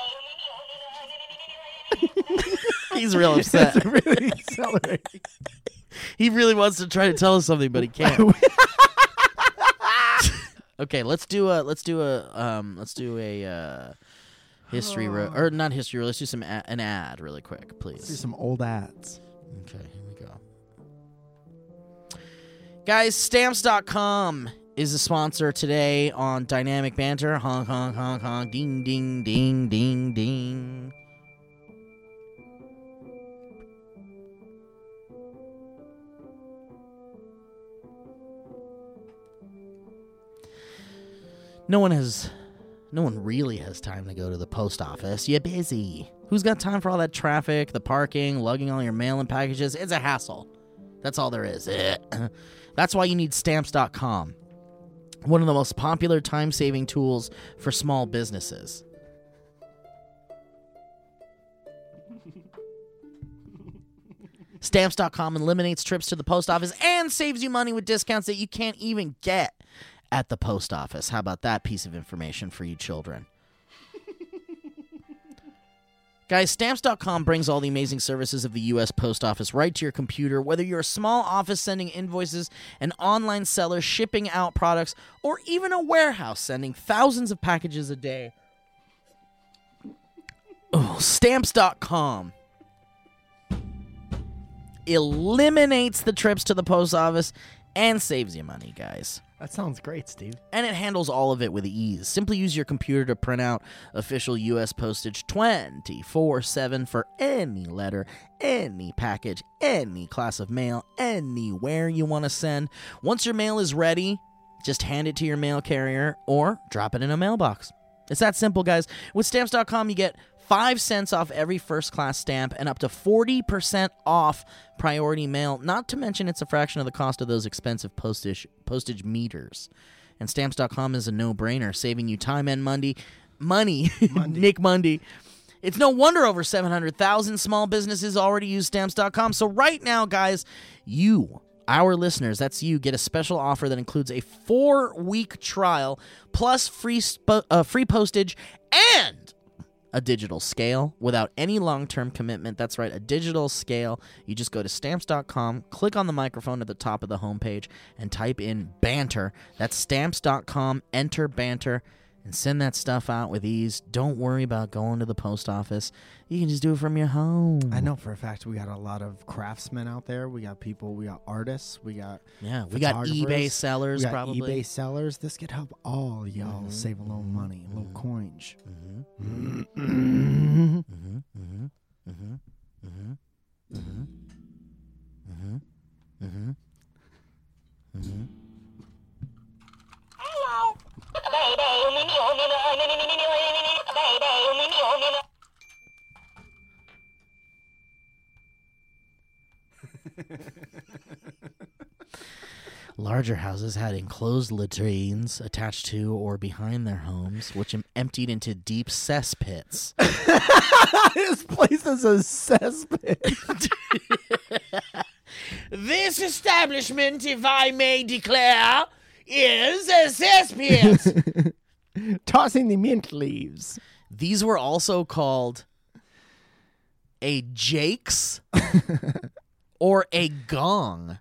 A: He's real upset.
B: really accelerating.
A: He really wants to try to tell us something, but he can't. <laughs> okay, let's do a let's do a um let's do a uh history <sighs> ro- or not history. ro- Let's do some a- an ad really quick, please.
B: Let's do <laughs> some old ads.
A: Okay, here we go. Guys, stamps.com is a sponsor today on Dynamic Banter. Honk, honk, honk, honk. Ding, ding, ding, ding, ding. No one has. No one really has time to go to the post office. You're busy. Who's got time for all that traffic, the parking, lugging all your mail and packages? It's a hassle. That's all there is. <clears throat> That's why you need stamps.com, one of the most popular time saving tools for small businesses. Stamps.com eliminates trips to the post office and saves you money with discounts that you can't even get at the post office. How about that piece of information for you children? Guys, stamps.com brings all the amazing services of the U.S. Post Office right to your computer. Whether you're a small office sending invoices, an online seller shipping out products, or even a warehouse sending thousands of packages a day, oh, stamps.com eliminates the trips to the post office and saves you money, guys
B: That sounds great, Steve.
A: and it handles all of it with ease. Simply use your computer to print out official US postage 24 7 for any letter, any package, any class of mail, anywhere you want to send. Once your mail is ready, just hand it to your mail carrier or drop it in a mailbox. It's that simple, guys. With stamps.com, you get 5 cents off every first class stamp and up to 40% off priority mail, not to mention it's a fraction of the cost of those expensive postage postage meters. And stamps.com is a no-brainer, saving you time and money. Money, <laughs> Nick Monday. It's no wonder over 700,000 small businesses already use stamps.com. So right now, guys, you our listeners, that's you, get a special offer that includes a four-week trial plus free sp- uh, free postage and a digital scale without any long term commitment. That's right, a digital scale. You just go to stamps.com, click on the microphone at the top of the homepage, and type in banter. That's stamps.com, enter banter, and send that stuff out with ease. Don't worry about going to the post office. You can just do it from your home.
B: I know for a fact we got a lot of craftsmen out there. We got people, we got artists, we got
A: Yeah, we got eBay
B: Photographers,
A: sellers
B: we got
A: probably. Mm-hmm.
B: eBay sellers. This could help all y'all save a little money, a little coinage.
A: Larger houses had enclosed latrines attached to or behind their homes, which em- emptied into deep cesspits.
B: this place is a cesspit.
A: This establishment, if I may declare, is a cesspit.
B: Tossing the mint leaves.
A: These were also called a jakes or a gong.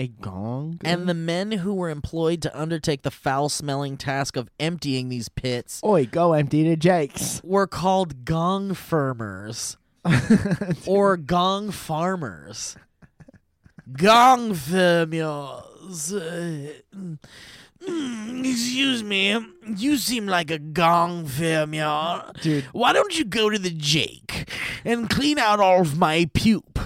B: A gong.
A: And the men who were employed to undertake the foul smelling task of emptying these pits
B: Oi, go empty to Jake's. <laughs>
A: were called gong firmers or gong farmers. Gong firmers. Uh, mm, excuse me, you seem like a gong firmer.
B: Dude.
A: Why don't you go to the Jake and clean out all of my pupe?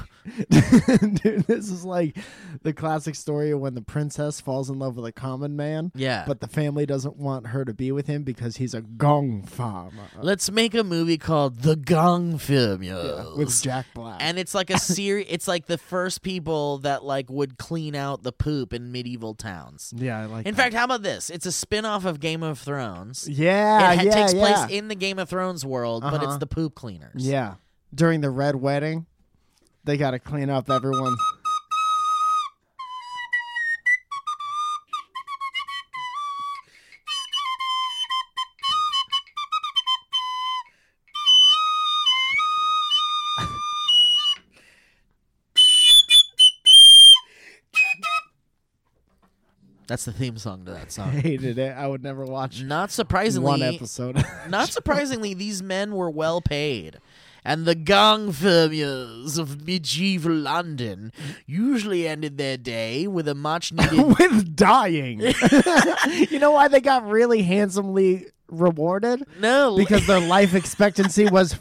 B: Dude, this is like the classic story of when the princess falls in love with a common man.
A: Yeah.
B: But the family doesn't want her to be with him because he's a gong farmer.
A: Let's make a movie called The Gong Firmers.
B: uh, With Jack Black.
A: and it's like a series it's like the first people that like would clean out the poop in medieval towns
B: yeah, I like
A: in
B: that.
A: fact how about this it's a spin-off of game of thrones
B: Yeah,
A: it ha-
B: yeah,
A: takes
B: yeah.
A: place in the game of thrones world but it's
B: Uh-huh.
A: the poop cleaners
B: Yeah. During the red wedding, they got to clean up everyone's.
A: that's the theme song to that
B: I <laughs>
A: song
B: <laughs> hated it. I would never watch
A: not
B: one
A: surprisingly
B: <laughs> episode.
A: not surprisingly these men were well paid and the gong firmers of medieval London usually ended their day with a much
B: <laughs>
A: needed.
B: with <laughs> dying. you know why they got really handsomely rewarded?
A: no,
B: Because their life expectancy was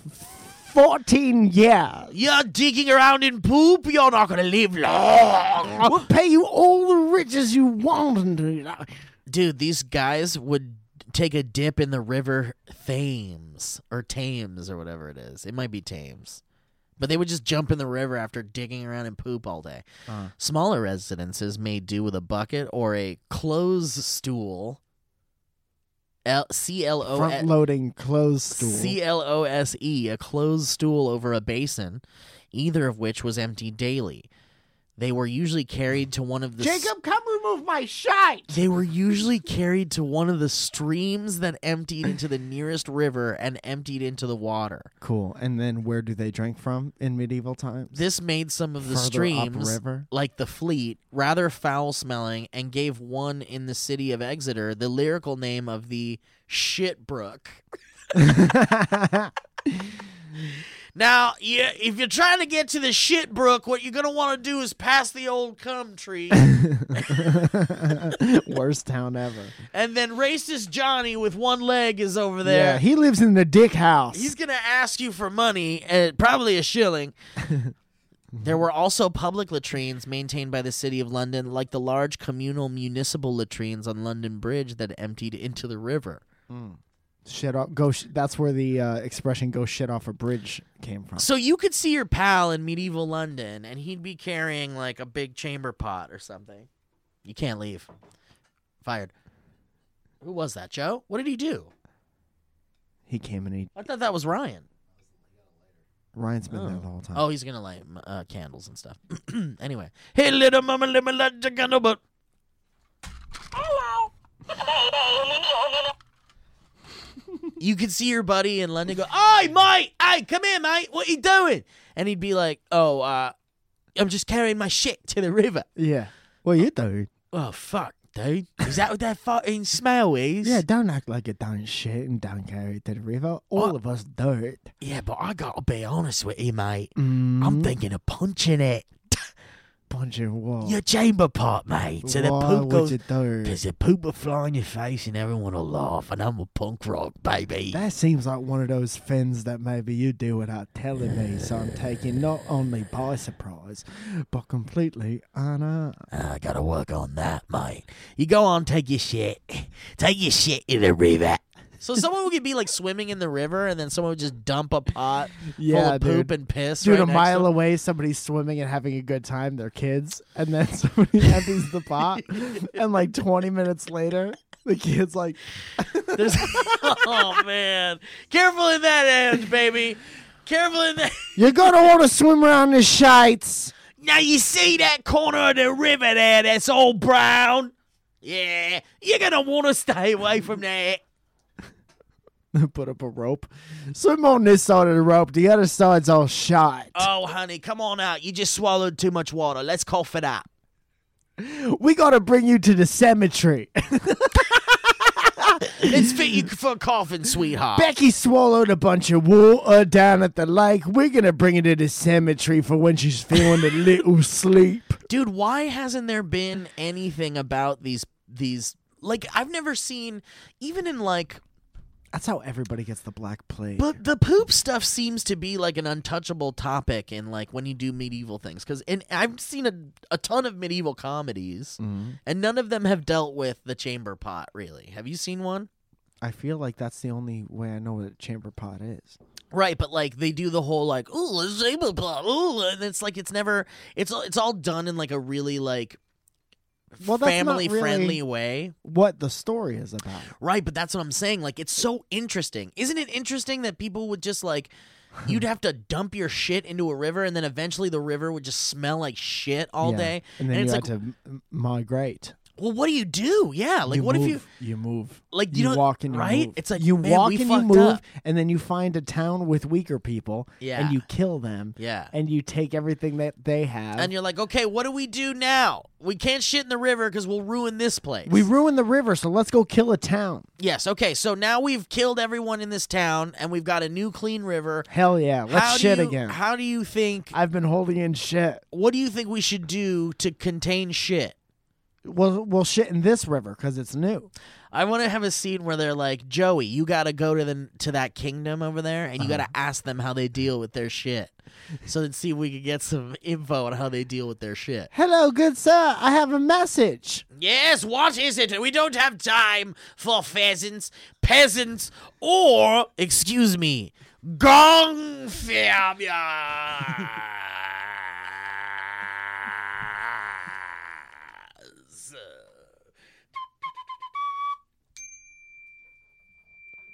B: 14 <laughs> years.
A: You're digging around in poop. You're not going to live long.
B: We'll pay you all the riches you want. And
A: Dude, these guys would take a dip in the river Thames or Thames or whatever it is. It might be Thames. But they would just jump in the river after digging around in poop all day.
B: Uh.
A: Smaller residences may do with a bucket or a clothes stool. L- C L O
B: front
A: S-
B: loading closed stool.
A: C L O S E, a closed stool over a basin, either of which was emptied daily. They were usually carried to one of the s-
B: Jacob, come remove my shite.
A: they were usually carried to one of the streams that emptied into the nearest river and emptied into the water.
B: Cool. And then where do they drink from in medieval times?
A: <laughs> This made some of the
B: Further
A: streams
B: upriver?
A: like the Fleet rather foul smelling and gave one in the city of Exeter the lyrical name of the shit
B: <laughs>
A: brook. Now, yeah, if you're trying to get to the shit brook, what you're gonna want to do is pass the old cum tree,
B: <laughs> Worst town ever.
A: and then racist Johnny with one leg is over
B: Yeah,
A: there.
B: he lives in the dick house.
A: He's gonna ask you for money, and probably a shilling. there were also public latrines maintained by the city of London, like the large communal municipal latrines on London Bridge that emptied into the river.
B: shit off. Go. Sh- that's where the uh, expression "go shit off a bridge" came from.
A: So you could see your pal in medieval London, and he'd be carrying like a big chamber pot or something. You can't leave. Fired. Who was that, Joe? What did he do?
B: He came and he.
A: I thought that was Ryan.
B: Ryan's been there the whole time.
A: Oh, he's gonna light um, uh, candles and stuff. <clears throat> anyway, hey little mama, let me light the candle, but you could see your buddy and London go, "Hey, mate! Hey, come here, mate! What you doing?" And he'd be like, "Oh, uh, I'm just carrying my shit to the river."
B: Yeah. Well, you do.
A: Oh fuck, dude! Is that what that fucking smell is?
B: Yeah, don't act like you don't shit and don't carry it to the river.
A: Uh.
B: All of us do it.
A: Yeah, but I gotta be honest with you, mate. I'm
B: Mm,
A: thinking of punching it.
B: punching wall.
A: Your chamber part, mate. So the
B: Why
A: poop
B: would
A: goes.
B: you do?
A: Because the poop will fly in your face and everyone will laugh, and I'm a punk rock, baby.
B: That seems like one of those fins that maybe you do without telling me, so I'm taken not only by surprise, but completely unasked.
A: I Ah, gotta work on that, mate. You go on, take your shit. Take your shit in the river. So someone would be like swimming in the river, and then someone would just dump a pot full
B: Yeah,
A: of poop
B: dude.
A: and piss.
B: Dude,
A: right
B: a
A: next
B: mile
A: to him.
B: away, somebody's swimming and having a good time. Their kids, and then <laughs> somebody empties
A: <laughs>
B: the pot, and like 20 minutes later, the kid's like,
A: There's- <laughs> oh man, careful in that edge, baby. Careful in that. <laughs>
B: "You're gonna want to swim around the shites."
A: Now you see that corner of the river there that's all brown. Yeah, you're gonna want to stay away from that.
B: <laughs> Put up a rope. Swim on this side of the rope. The other side's all shot.
A: Oh, honey, come on out. You just swallowed too much water. Let's cough it up.
B: we gotta bring you to the cemetery. <laughs>
A: Let's fit you for a coffin, sweetheart.
B: Becky swallowed a bunch of water down at the lake. We're gonna bring her to the cemetery for when she's feeling a little sleep.
A: Dude, why hasn't there been anything about these these like I've never seen even in like
B: That's how everybody gets the black plague.
A: but the poop stuff seems to be like an untouchable topic in like when you do medieval things cuz and I've seen a, a ton of medieval comedies and none of them have dealt with the chamber pot really. Have you seen one?
B: I feel like that's the only way I know what a chamber pot is.
A: Right, but like they do the whole like ooh a chamber pot ooh and it's like it's never it's all- it's all done in like a really like
B: Well, that's not
A: family friendly
B: really-
A: way.
B: What the story is about.
A: Right, but that's what I'm saying. Like, it's so interesting. Isn't it interesting that people would just like, you'd have to dump your shit into a river, and then eventually the river would just smell like shit all
B: Yeah.
A: day.
B: And then
A: it's
B: you
A: like,
B: had to m- migrate.
A: well, what do you do? Yeah, like, what if you
B: move, you move?
A: like, you,
B: You,
A: know,
B: walk and you
A: right?
B: move.
A: It's like
B: you
A: man,
B: walk
A: we
B: and you
A: fucked
B: move,
A: up.
B: and then you find a town with weaker people,
A: Yeah.
B: and you kill them,
A: Yeah.
B: and you take everything that they have,
A: And you're like, okay, what do we do now? We can't shit in the river because we'll ruin this place.
B: We ruined the river, so let's go kill a town.
A: yes, okay. So now we've killed everyone in this town, and we've got a new clean river.
B: Hell yeah, let's
A: how do
B: shit
A: you-
B: again.
A: How do you think?
B: I've been holding in shit.
A: What do you think we should do to contain shit?
B: We'll, we'll shit in this river because it's new.
A: I want to have a scene where they're like, Joey, you got to go to the to that kingdom over there, and you got to ask them how they deal with their shit. So let's see if we can get some info on how they deal with their shit.
B: Hello, good sir. I have a message.
A: Yes, what is it? We don't have time for pheasants, peasants, or excuse me, gong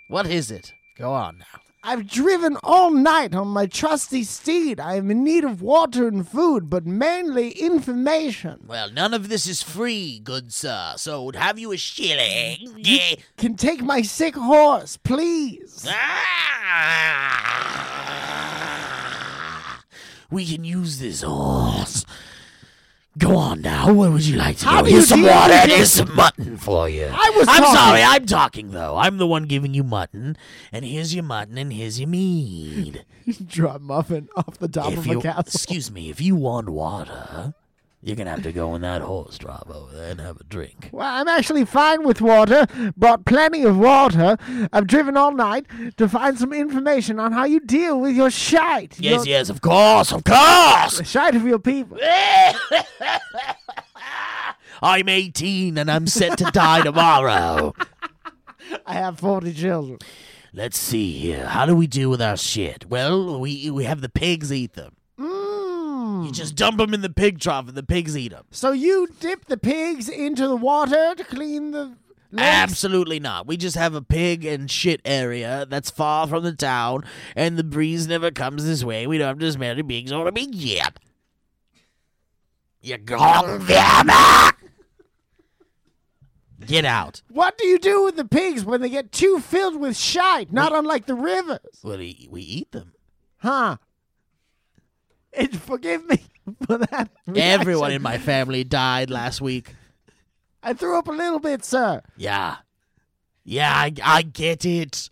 A: What is it? Go on now.
B: I've driven all night on my trusty steed. I am in need of water and food, but mainly information.
A: Well, none of this is free, good sir. So would have you a shilling? Yeah.
B: Can take my sick horse, please.
A: Ah! We can use this horse. Go on now. What would you like to
B: How
A: do?
B: do
A: Here's
B: you
A: some
B: deal
A: water
B: with
A: and
B: it?
A: here's some mutton for you.
B: I was
A: I'm
B: talking.
A: sorry, I'm talking though. I'm the one giving you mutton, and here's your mutton, and here's your meat.
B: <laughs> Drop muffin off the top
A: if
B: of
A: you,
B: a castle.
A: excuse me, if you want water, you're gonna have to go in that horse drive over there and have a drink.
B: Well, I'm actually fine with water. Brought plenty of water. I've driven all night to find some information on how you deal with your shite.
A: Yes,
B: your,
A: yes, of course, of course.
B: The shite of your
A: <laughs>
B: people.
A: I'm 18 and I'm set to die tomorrow.
B: I have 40 children.
A: Let's see here. How do we deal with our shit? Well, we we have the pigs eat them.
B: Mm.
A: You just dump them in the pig trough and the pigs eat them.
B: So you dip the pigs into the water to clean the. Legs?
A: Absolutely not. We just have a pig and shit area that's far from the town, and the breeze never comes this way. We don't have to smell the pigs or the big shit. You gong them! Get out.
B: What do you do with the pigs when they get too filled with shite? Not unlike the rivers,
A: Well, we, we eat them.
B: huh? And forgive me <laughs> for that.
A: Everyone
B: reaction.
A: in my family died last week.
B: I threw up a little bit, sir.
A: Yeah. Yeah, I, I get it.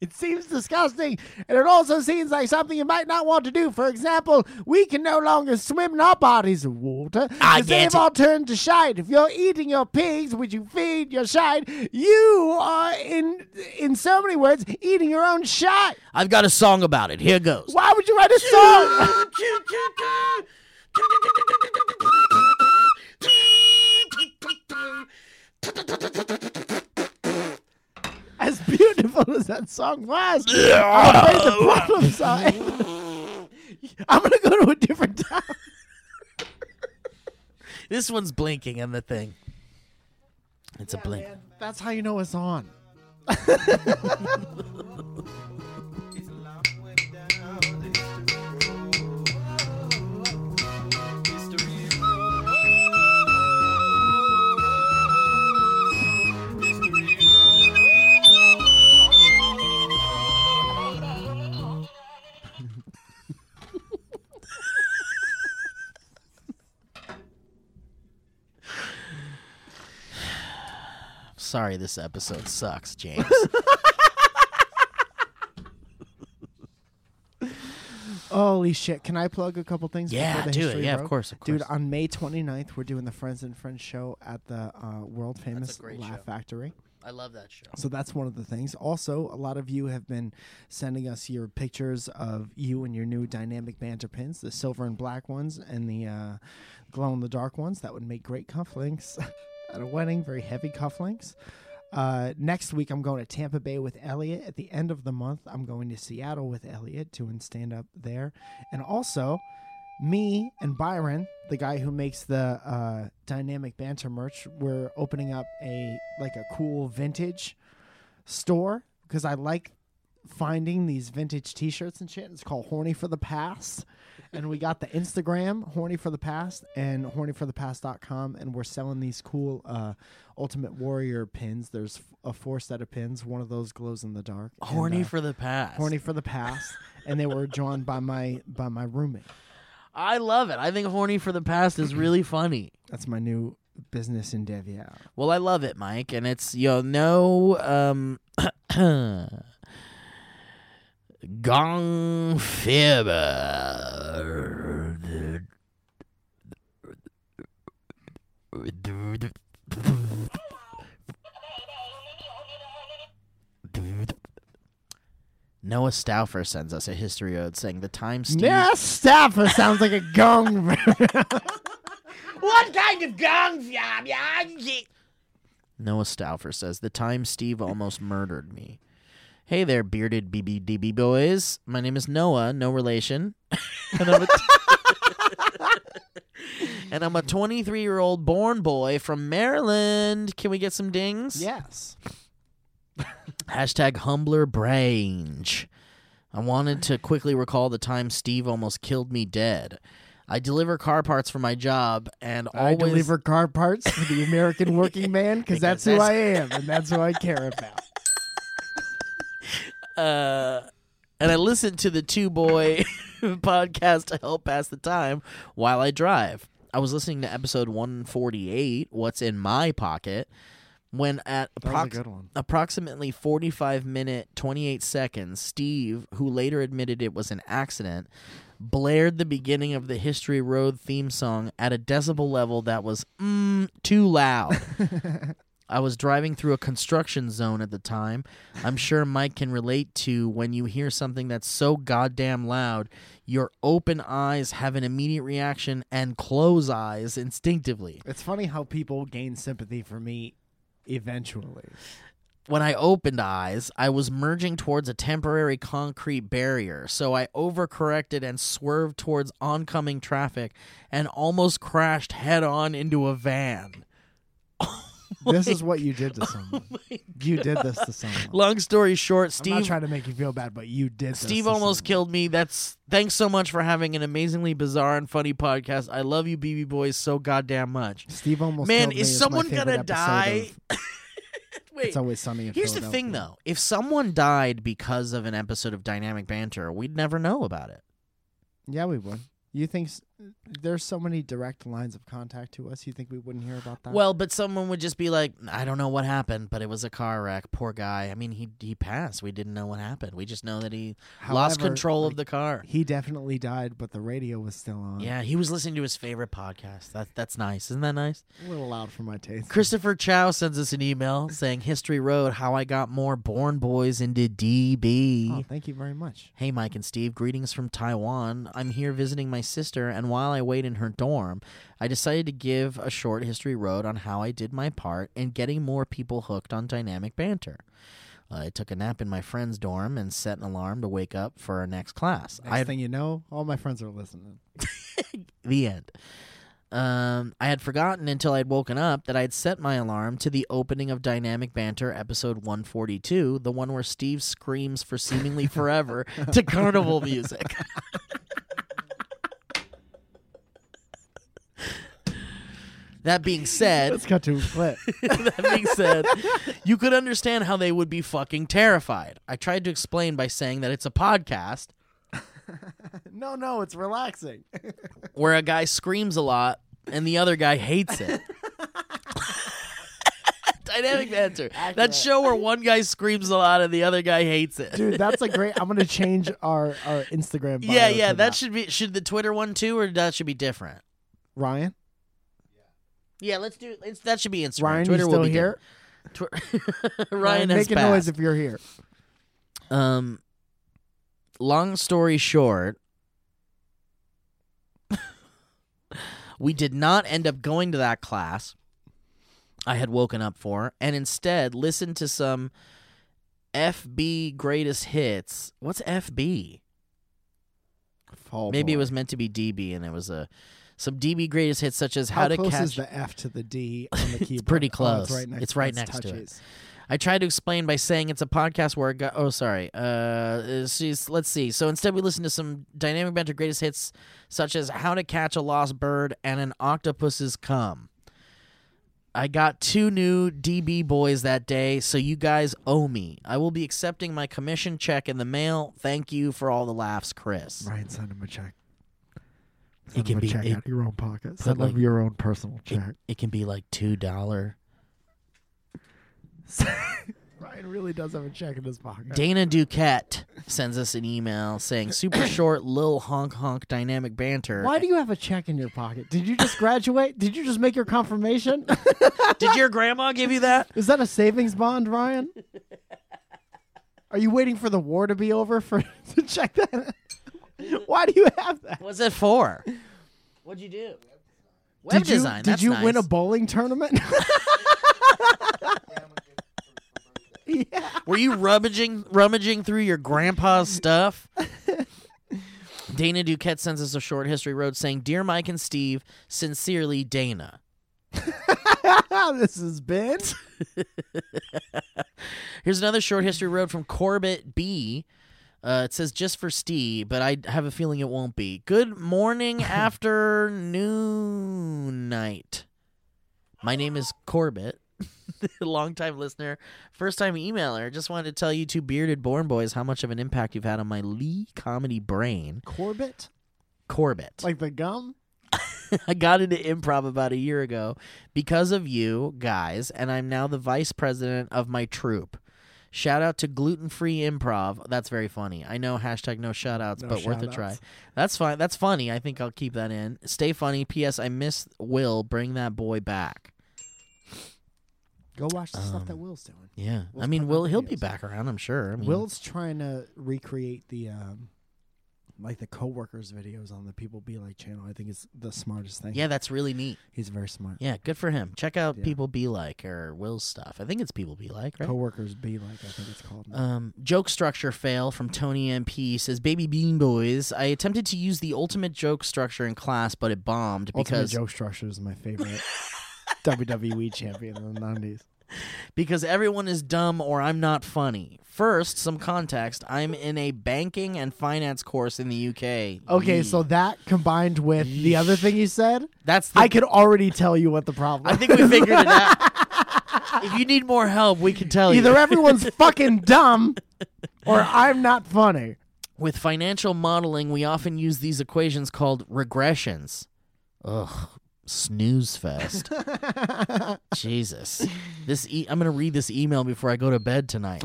B: It seems disgusting, and it also seems like something you might not want to do. For example, we can no longer swim in our bodies of water
A: I get
B: because they've
A: it.
B: all turned to shite. If you're eating your pigs, which you feed your shite, you are, in in so many words, eating your own shite.
A: I've got a song about it. Here goes.
B: Why would you write a song? <laughs> as beautiful as that song was, I'll play the bottom side. <laughs> I'm gonna go to a different time.
A: This one's blinking in the thing. It's a blink.
B: That's how you know it's on.
A: Sorry, this episode sucks, <laughs> James.
B: Holy shit! Can I plug a couple things?
A: Yeah,
B: before the
A: do it.
B: History
A: Yeah, of
B: Road?
A: course, of
B: Dude,
A: course.
B: on May 29th, we're doing the Friends and Friends show at the uh, world famous
A: great
B: Laugh
A: show.
B: Factory.
A: I love that show.
B: So that's one of the things. Also, a lot of you have been sending us your pictures of you and your new dynamic banter pins, the silver and black ones and the uh, glow in the dark ones. That would make great cufflinks <laughs> at a wedding, very heavy cufflinks. Uh, next week, I'm going to Tampa Bay with Elliot. At the end of the month, I'm going to Seattle with Elliot doing stand up there. And also, me and Byron, the guy who makes the uh, dynamic banter merch, we're opening up a like a cool vintage store because I like finding these vintage T-shirts and shit. It's called Horny for the Past, and we got the Instagram Horny for the Past and hornyforthepast.com, and we're selling these cool uh, Ultimate Warrior pins. There's f- a four set of pins. One of those glows in the dark. and,
A: Horny
B: uh,
A: for the past.
B: Horny for the Past, and they were drawn by my by my roommate.
A: I love it. I think horny for the past is really funny.
B: That's my new business endeavor.
A: Well, I love it, Mike, and it's you know um <coughs> gong fever. <coughs> Noah Stauffer sends us a history ode saying the time Steve
B: Yeah, Staffer sounds like a gong. <laughs>
A: What kind of gong Noah Stauffer says, The time Steve almost murdered me. Hey there, bearded BBDB boys. My name is Noah, no relation. <laughs> and, I'm a <laughs> and I'm a 23 year old born boy from Maryland. Can we get some dings?
B: yes.
A: Hashtag humbler brange. I wanted to quickly recall the time Steve almost killed me dead. I deliver car parts for my job and
B: I
A: always
B: deliver car parts for the American working man because that's who
A: that's-
B: I am and that's who I care about.
A: uh, and I listen to the Two Boy <laughs> podcast to help pass the time while I drive. I was listening to episode 148, What's in My Pocket, when at approx-
B: one.
A: approximately 45 minute 28 seconds, Steve, who later admitted it was an accident, blared the beginning of the History Road theme song at a decibel level that was mm, too loud. I was driving through a construction zone at the time. I'm sure Mike can relate to when you hear something that's so goddamn loud, your open eyes have an immediate reaction and close eyes instinctively.
B: It's funny how people gain sympathy for me <laughs> eventually.
A: when I opened eyes, I was merging towards a temporary concrete barrier, so I overcorrected and swerved towards oncoming traffic and almost crashed head on into a van.
B: this is what you did to someone. you did this to someone.
A: Long story short,
B: I'm not
A: Steve
B: trying to make you feel bad, but you did this.
A: Steve
B: to
A: almost
B: someone.
A: killed me. That's thanks so much for having an amazingly bizarre and funny podcast. I love you BB boys so goddamn much.
B: Steve almost
A: Man,
B: killed me
A: is
B: my
A: someone
B: favorite
A: gonna <laughs>
B: episode
A: die?
B: of
A: Wait.
B: It's always sunny in
A: Here's the thing,
B: Philadelphia.
A: though. If someone died because of an episode of Dynamic Banter, we'd never know about it.
B: Yeah, we would. You think s- there's so many direct lines of contact to us? You think we wouldn't hear about that?
A: Well, but someone would just be like, I don't know what happened, but it was a car wreck. Poor guy. I mean, he he passed. We didn't know what happened. We just know that he lost
B: However,
A: control
B: like,
A: of the car.
B: He definitely died, but the radio was still on.
A: Yeah, he was listening to his favorite podcast. That that's nice. Isn't that nice?
B: a little loud for my taste.
A: Christopher Chow sends us an email saying, History Road, how I got more born boys into DB.
B: Oh, thank you very much.
A: Hey, Mike and Steve, greetings from Taiwan. I'm here visiting my sister, and while I wait in her dorm, I decided to give a short history road on how I did my part in getting more people hooked on dynamic banter. I took a nap in my friend's dorm and set an alarm to wake up for our next class.
B: Next
A: I
B: thing you know, all my friends are listening.
A: the end. Um, I had forgotten until I'd woken up that I'd set my alarm to the opening of Dynamic Banter episode 142, the one where Steve screams for seemingly forever to carnival music. <laughs> that being said,
B: <laughs> Let's cut to
A: <laughs>
B: a clip.
A: that being said, you could understand how they would be fucking terrified. I tried to explain by saying that it's a podcast
B: no, no, it's relaxing.
A: where a guy screams a lot and the other guy hates <laughs> it. Dynamic banter. That
B: Accurate.
A: show where one guy screams a lot and the other guy hates it.
B: Dude, that's a great. I'm gonna change our our Instagram. Bio
A: yeah, yeah.
B: to
A: That, should be should the Twitter one too, or that should be different.
B: Ryan.
A: Yeah, let's do. It's, that should be Instagram.
B: Ryan,
A: Twitter
B: you still
A: will be
B: here?
A: different. <laughs> Ryan has
B: make a
A: passed.
B: noise if you're here.
A: Um, long story short, <laughs> we did not end up going to that class I had woken up for, and instead listened to some FB greatest hits. What's FB?
B: Fall
A: Maybe it
B: Oh, boy.
A: was meant to be DB, and it was a some DB greatest hits such as How, to
B: close
A: Catch.
B: is the F to the D
A: <laughs>
B: on the keyboard?
A: pretty
B: Oh,
A: close.
B: it's right next.
A: It's right
B: that's
A: next to it.
B: touches.
A: I tried to explain by saying it's a podcast where a guy. Oh, sorry. Uh, she's, let's see. So instead, we listened to some dynamic banter greatest hits, such as "How to Catch a Lost Bird" and "An Octopus's Come." I got two new DB boys that day, so you guys owe me. I will be accepting my commission check in the mail. Thank you for all the laughs, Chris.
B: Ryan, send him a check. Send
A: It can
B: him a
A: be
B: check
A: it,
B: out of your own pocket. Send
A: like-
B: him your own personal
A: it,
B: <laughs> check.
A: it can be like two dollar.
B: <laughs> Ryan really does have a check in his pocket.
A: Dana Duquette sends us an email saying super short lil honk honk dynamic banter.
B: Why do you have a check in your pocket? Did you just graduate? Did you just make your <laughs> confirmation?
A: Did your grandma give you that?
B: Is that a savings bond, <laughs> Ryan? Are you waiting for the war to be over for <laughs> to check that? <laughs> Why do you have that?
A: What's it for? What'd you do? Web
B: did you,
A: design.
B: Did
A: that's
B: you
A: nice.
B: win a bowling tournament? <laughs> yeah.
A: Were you rummaging rummaging through your grandpa's stuff? <laughs> Dana Duquette sends us a short history road saying, "Dear Mike and Steve, sincerely, Dana."
B: this has been.
A: Here's another short history road from Corbett B. Uh, it says just for Steve, but I have a feeling it won't be. Good morning, afternoon, night. My name is Corbett, <laughs> longtime listener, first time emailer. Just wanted to tell you two bearded born boys how much of an impact you've had on my Lee comedy brain,
B: Corbett?
A: Corbett.
B: Like the gum?
A: I got into improv about a year ago because of you guys, and I'm now the vice president of my troupe. Shout out to gluten free improv. That's very funny. I know hashtag no shout outs,
B: No
A: but worth a try.
B: shout-outs.
A: That's fine. That's funny. I think I'll keep that in. Stay funny. P.S. I miss Will. Bring that boy back.
B: Go watch the
A: Um,
B: stuff that Will's doing.
A: Yeah.
B: Will's
A: I mean,
B: putting
A: Will,
B: out
A: he'll be
B: videos.
A: back around, I'm sure. I mean,
B: Will's trying to recreate the um like the coworkers videos on the People Be Like channel. I think it's the smartest thing.
A: Yeah, that's really neat.
B: He's very smart.
A: Yeah, good for him. Check out
B: Yeah.
A: People Be Like or Will's stuff. I think it's People Be Like, right?
B: Coworkers Be Like, I think it's called. now.
A: Um, joke structure fail from Tony MP says, "Baby Bean Boys." I attempted to use the ultimate joke structure in class, but it bombed
B: Ultimate
A: because
B: Joke Structure is my <laughs> favorite WWE champion in the 90s.
A: because everyone is dumb or I'm not funny. First, some context: I'm in a banking and finance course in the UK.
B: Okay,
A: Yee.
B: so that combined with the other thing you said,
A: that's the,
B: I could already tell you what the problem <laughs>
A: I think we figured it out. if you need more help, we can tell
B: Either
A: you.
B: <laughs> everyone's fucking dumb or I'm not funny.
A: With financial modeling, we often use these equations called regressions. Ugh, snooze fest. Jesus. This e- I'm going to read this email before I go to bed tonight.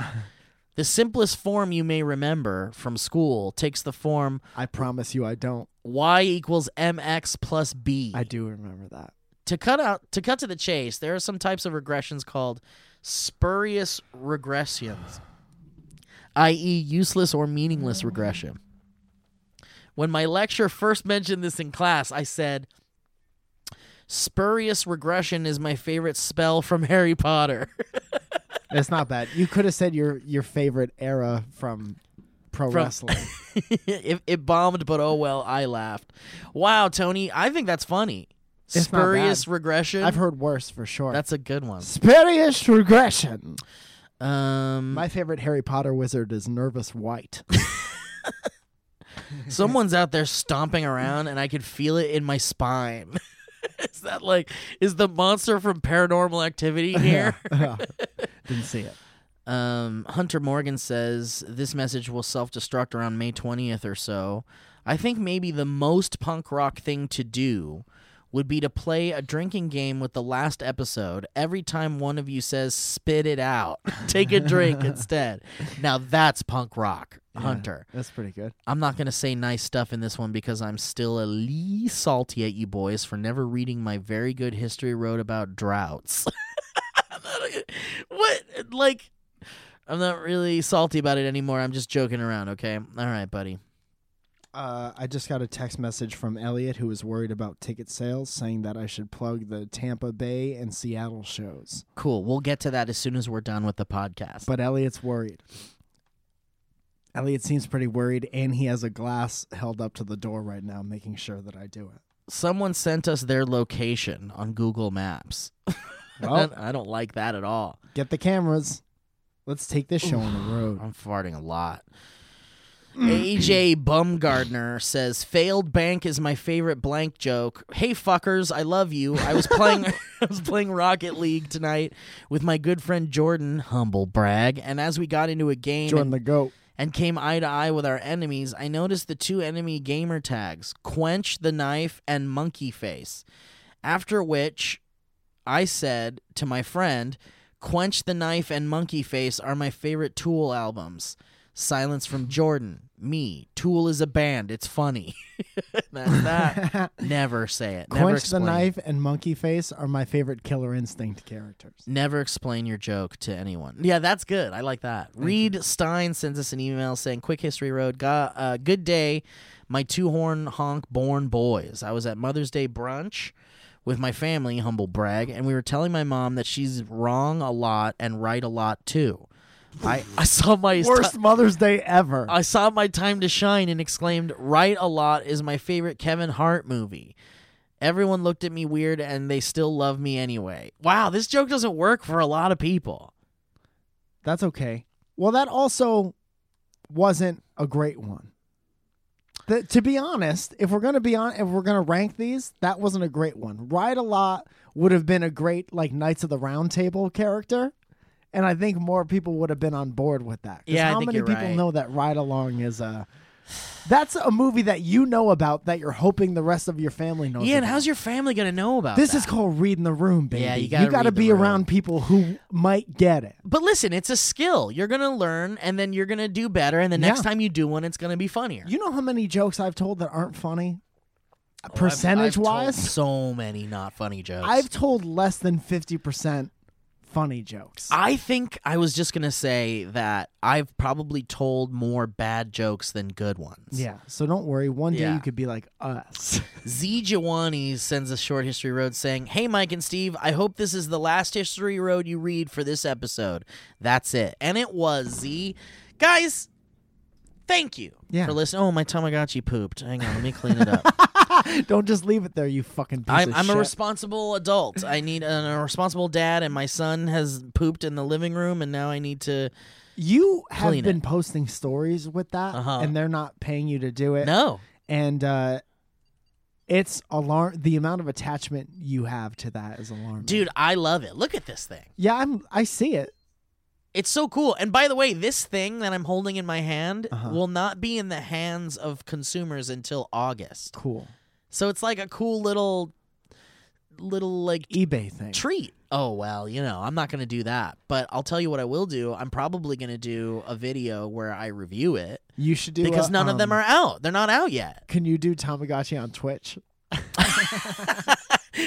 A: The simplest form you may remember from school takes the form
B: I promise you I don't.
A: y equals mx plus b.
B: I do remember that.
A: to cut out to cut to the chase, there are some types of regressions called spurious regressions, i.e., useless or meaningless regression. When my lecturer first mentioned this in class, I said, "Spurious regression is my favorite spell from <laughs> Harry Potter."
B: It's not bad. You could have said your your favorite era from pro
A: From- <laughs>
B: wrestling.
A: it, it bombed, but oh well, I laughed. Wow, Tony, I think that's funny.
B: not bad.
A: spurious regression.
B: I've heard worse for sure.
A: that's a good one.
B: Spurious regression.
A: Um,
B: My favorite Harry Potter wizard is Nervous White. <laughs>
A: Someone's out there stomping around, and I could feel it in my spine. <laughs> is that like is the monster from Paranormal Activity here? <laughs>
B: Didn't see it.
A: um, Hunter Morgan says this message will self-destruct around May twentieth or so. I think maybe the most punk rock thing to do would be to play a drinking game with the last episode. Every time one of you says "spit it out," <laughs> take a drink instead. Now that's punk rock, Hunter.
B: That's pretty good.
A: I'm not going to say nice stuff in this one because I'm still a lee salty at you boys for never reading my very good history road about droughts. <laughs> I'm not- what? Like, I'm not really salty about it anymore. I'm just joking around, okay? All right, buddy.
B: Uh, I just got a text message from Elliot who was worried about ticket sales, saying that I should plug the Tampa Bay and Seattle shows.
A: Cool. We'll get to that as soon as we're done with the podcast.
B: But Elliot's worried. Elliot seems pretty worried, and he has a glass held up to the door right now, making sure that I do it.
A: Someone sent us their location on Google Maps. <laughs>
B: Well,
A: I don't like that at all.
B: get the cameras. Let's take this show on the road.
A: I'm farting a lot. AJ Bumgardner says, "Failed bank is my favorite blank joke." Hey fuckers, I love you. I was playing, <laughs> I was playing Rocket League tonight with my good friend Jordan, humble brag. And as we got into a game,
B: Jordan the goat.
A: and came eye to eye with our enemies, I noticed the two enemy gamer tags Quench the Knife and Monkey Face. After which, I said to my friend, Quench the Knife and Monkey Face are my favorite Tool albums. Silence from Jordan, me. Tool is a band. It's funny. <laughs> That's that.
B: <laughs>
A: Never say it. Never
B: Quench the
A: explain.
B: knife and monkey face are my favorite Killer Instinct characters.
A: Never explain your joke to anyone. Yeah, that's good. I like that. Reed Stein sends us an email saying, "Quick History Road, got, uh, good day, my two horn honk born boys. I was at Mother's Day brunch with my family, humble brag, and we were telling my mom that she's wrong a lot and right a lot too. I I saw my
B: Worst Mother's Day ever.
A: I saw my time to shine and exclaimed, Right a lot is my favorite Kevin Hart movie. Everyone looked at me weird and they still love me anyway. Wow, this joke doesn't work for a lot of people.
B: That's okay. Well, that also wasn't a great one. Th- to be honest, if we're gonna be on, if we're gonna rank these, that wasn't a great one. Ride a lot would have been a great like Knights of the Round Table character, and I think more people would have been on board with that. 'Cause
A: Yeah, I
B: how
A: think
B: many
A: you're
B: people
A: right.
B: know that Ride Along is a that's a movie that you know about that you're hoping the rest of your family knows.
A: Ian,
B: about.
A: how's your family going to know about
B: this
A: is
B: is called reading the room, baby.
A: Yeah, you
B: gotta,
A: gotta read the
B: be
A: room.
B: around people who might get it.
A: But listen, it's a skill. You're going to learn and then you're going to do better. And the next
B: Yeah.
A: time you do one, it's going to be funnier.
B: You know how many jokes I've told that aren't funny?
A: Oh, I've- I've
B: Percentage
A: told
B: wise,
A: so many not funny jokes.
B: I've told less than 50% funny jokes.
A: I think I was just going to say that I've probably told more bad jokes than good ones.
B: yeah, so don't worry. One day
A: Yeah.
B: you could be like us. <laughs>
A: Z Jawani sends us Short History Road saying, Hey, Mike and Steve, I hope this is the last History Road you read for this episode. That's it. And it was, Z. Guys, thank you
B: Yeah.
A: for listening. Oh, my Tamagotchi pooped. Hang on, let me clean it
B: <laughs>
A: up.
B: don't just leave it there, you fucking piece
A: I'm,
B: of
A: I'm a
B: shit.
A: responsible adult. I need an, a responsible dad, and my son has pooped in the living room, and now I need to.
B: you have
A: Clean
B: been
A: it.
B: posting stories with that,
A: Uh-huh.
B: and they're not paying you to do it.
A: No.
B: And uh, It's alarm. The amount of attachment you have to that is alarming,
A: Dude, I love it. Look at this thing.
B: Yeah, I'm. I see it.
A: It's so cool. And by the way, this thing that I'm holding in my hand
B: Uh-huh.
A: will not be in the hands of consumers until August.
B: Cool.
A: So it's like a cool little little like
B: eBay thing.
A: treat. Oh well, you know, I'm not going to do that. But I'll tell you what I will do. I'm probably going to do a video where I review it
B: You should do
A: because
B: a,
A: none of them
B: um,
A: are out. They're not out yet.
B: Can you do Tamagotchi on Twitch?
A: <laughs>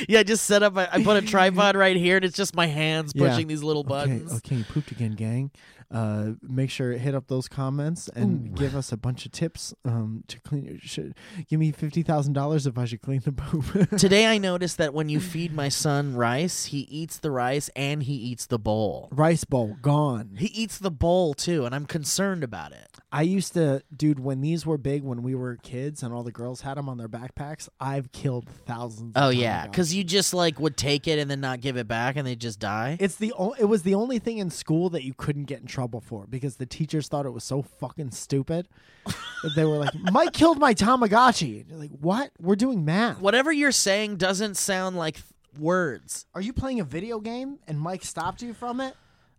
A: yeah, I just set up I I put a tripod right here and it's just my hands
B: Yeah.
A: pushing these little buttons.
B: Okay, okay, you pooped again, gang. Uh, make sure to hit up those comments and give us a bunch of tips. Um, to clean your shit. Give me fifty thousand dollars if I should clean the poop. <laughs>
A: Today I noticed that when you feed my son rice, he eats the rice and he eats the bowl.
B: Rice bowl gone.
A: He eats the bowl too, and I'm concerned about it.
B: I used to, dude. When these were big, when we were kids, and all the girls had them on their backpacks, I've killed thousands. of
A: Oh yeah,
B: Tamagotchi.
A: because you just like would take it and then not give it back, and they just die.
B: It's the o- it was the only thing in school that you couldn't get in trouble for because the teachers thought it was so fucking stupid. <laughs> that they were like, "Mike killed my Tamagotchi." And you're like, "What? We're doing math.
A: Whatever you're saying doesn't sound like th- words.
B: Are you playing a video game?" And Mike stopped you from it.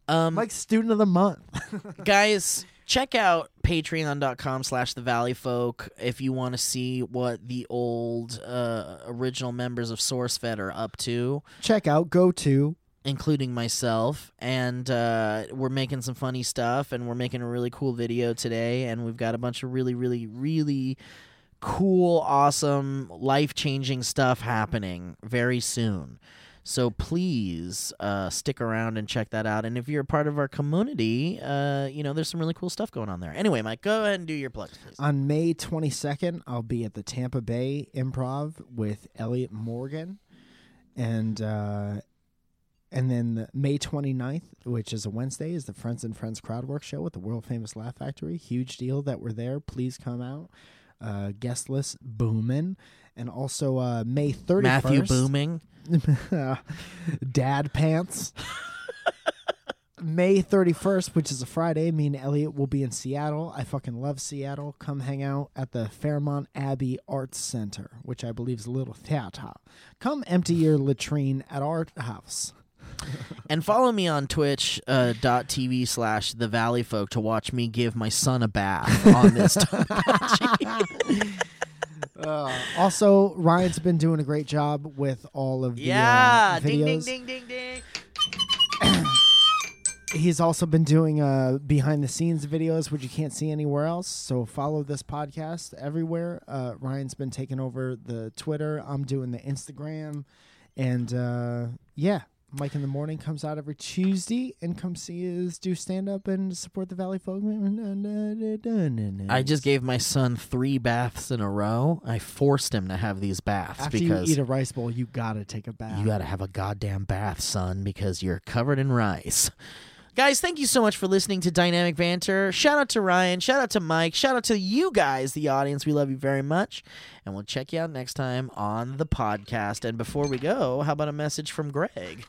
A: Um,
B: Mike's student of the month. <laughs>
A: guys check out patreon.com slash the valley folk if you want to see what the old uh, original members of sourcefed are up to
B: Check out. Go to.
A: including myself and uh, we're making some funny stuff and we're making a really cool video today and we've got a bunch of really really really cool awesome life-changing stuff happening very soon so please uh, stick around and check that out and if you're a part of our community uh, you know there's some really cool stuff going on there anyway mike go ahead and do your plugs please
B: On May 22nd, I'll be at the Tampa Bay Improv with Elliot Morgan. And uh, and then the May 29th, which is a Wednesday, is the Friends and Friends Crowdwork Show at the world famous Laugh Factory. Huge deal that we're there. Please come out. Uh, guest list booming. And also uh, May 31st.
A: matthew booming
B: <laughs> Dad pants. May 31st, which is a Friday, me and Elliot will be in Seattle. I fucking love Seattle. Come hang out at the Fairmont Abbey Arts Center, which I believe is a little theater. Come empty your latrine at our house.
A: and follow me on twitch uh, dot tv slash the valley folk to watch me give my son a bath on this
B: Also, Ryan's been doing a great job with all of the uh,
A: Yeah,
B: videos.
A: ding ding ding ding ding.
B: He's also been doing uh, behind the scenes videos, which you can't see anywhere else. So follow this podcast everywhere. Uh, Ryan's been taking over the Twitter. I'm doing the Instagram, and uh, yeah, Mike in the morning comes out every Tuesday, and come see us do stand up and support the Valley Folk.
A: I just gave my son three baths in a row. I forced him to have these baths
B: after you
A: because
B: eat a rice bowl, you gotta take a bath.
A: you got to have a goddamn bath, son, because you're covered in rice. Guys, thank you so much for listening to Dynamic Banter. Shout out to Ryan. Shout out to Mike. Shout out to you guys, the audience. We love you very much. And we'll check you out next time on the podcast. And before we go, how about a message from Greg?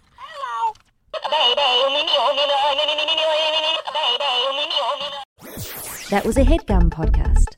C: That was a headgum podcast.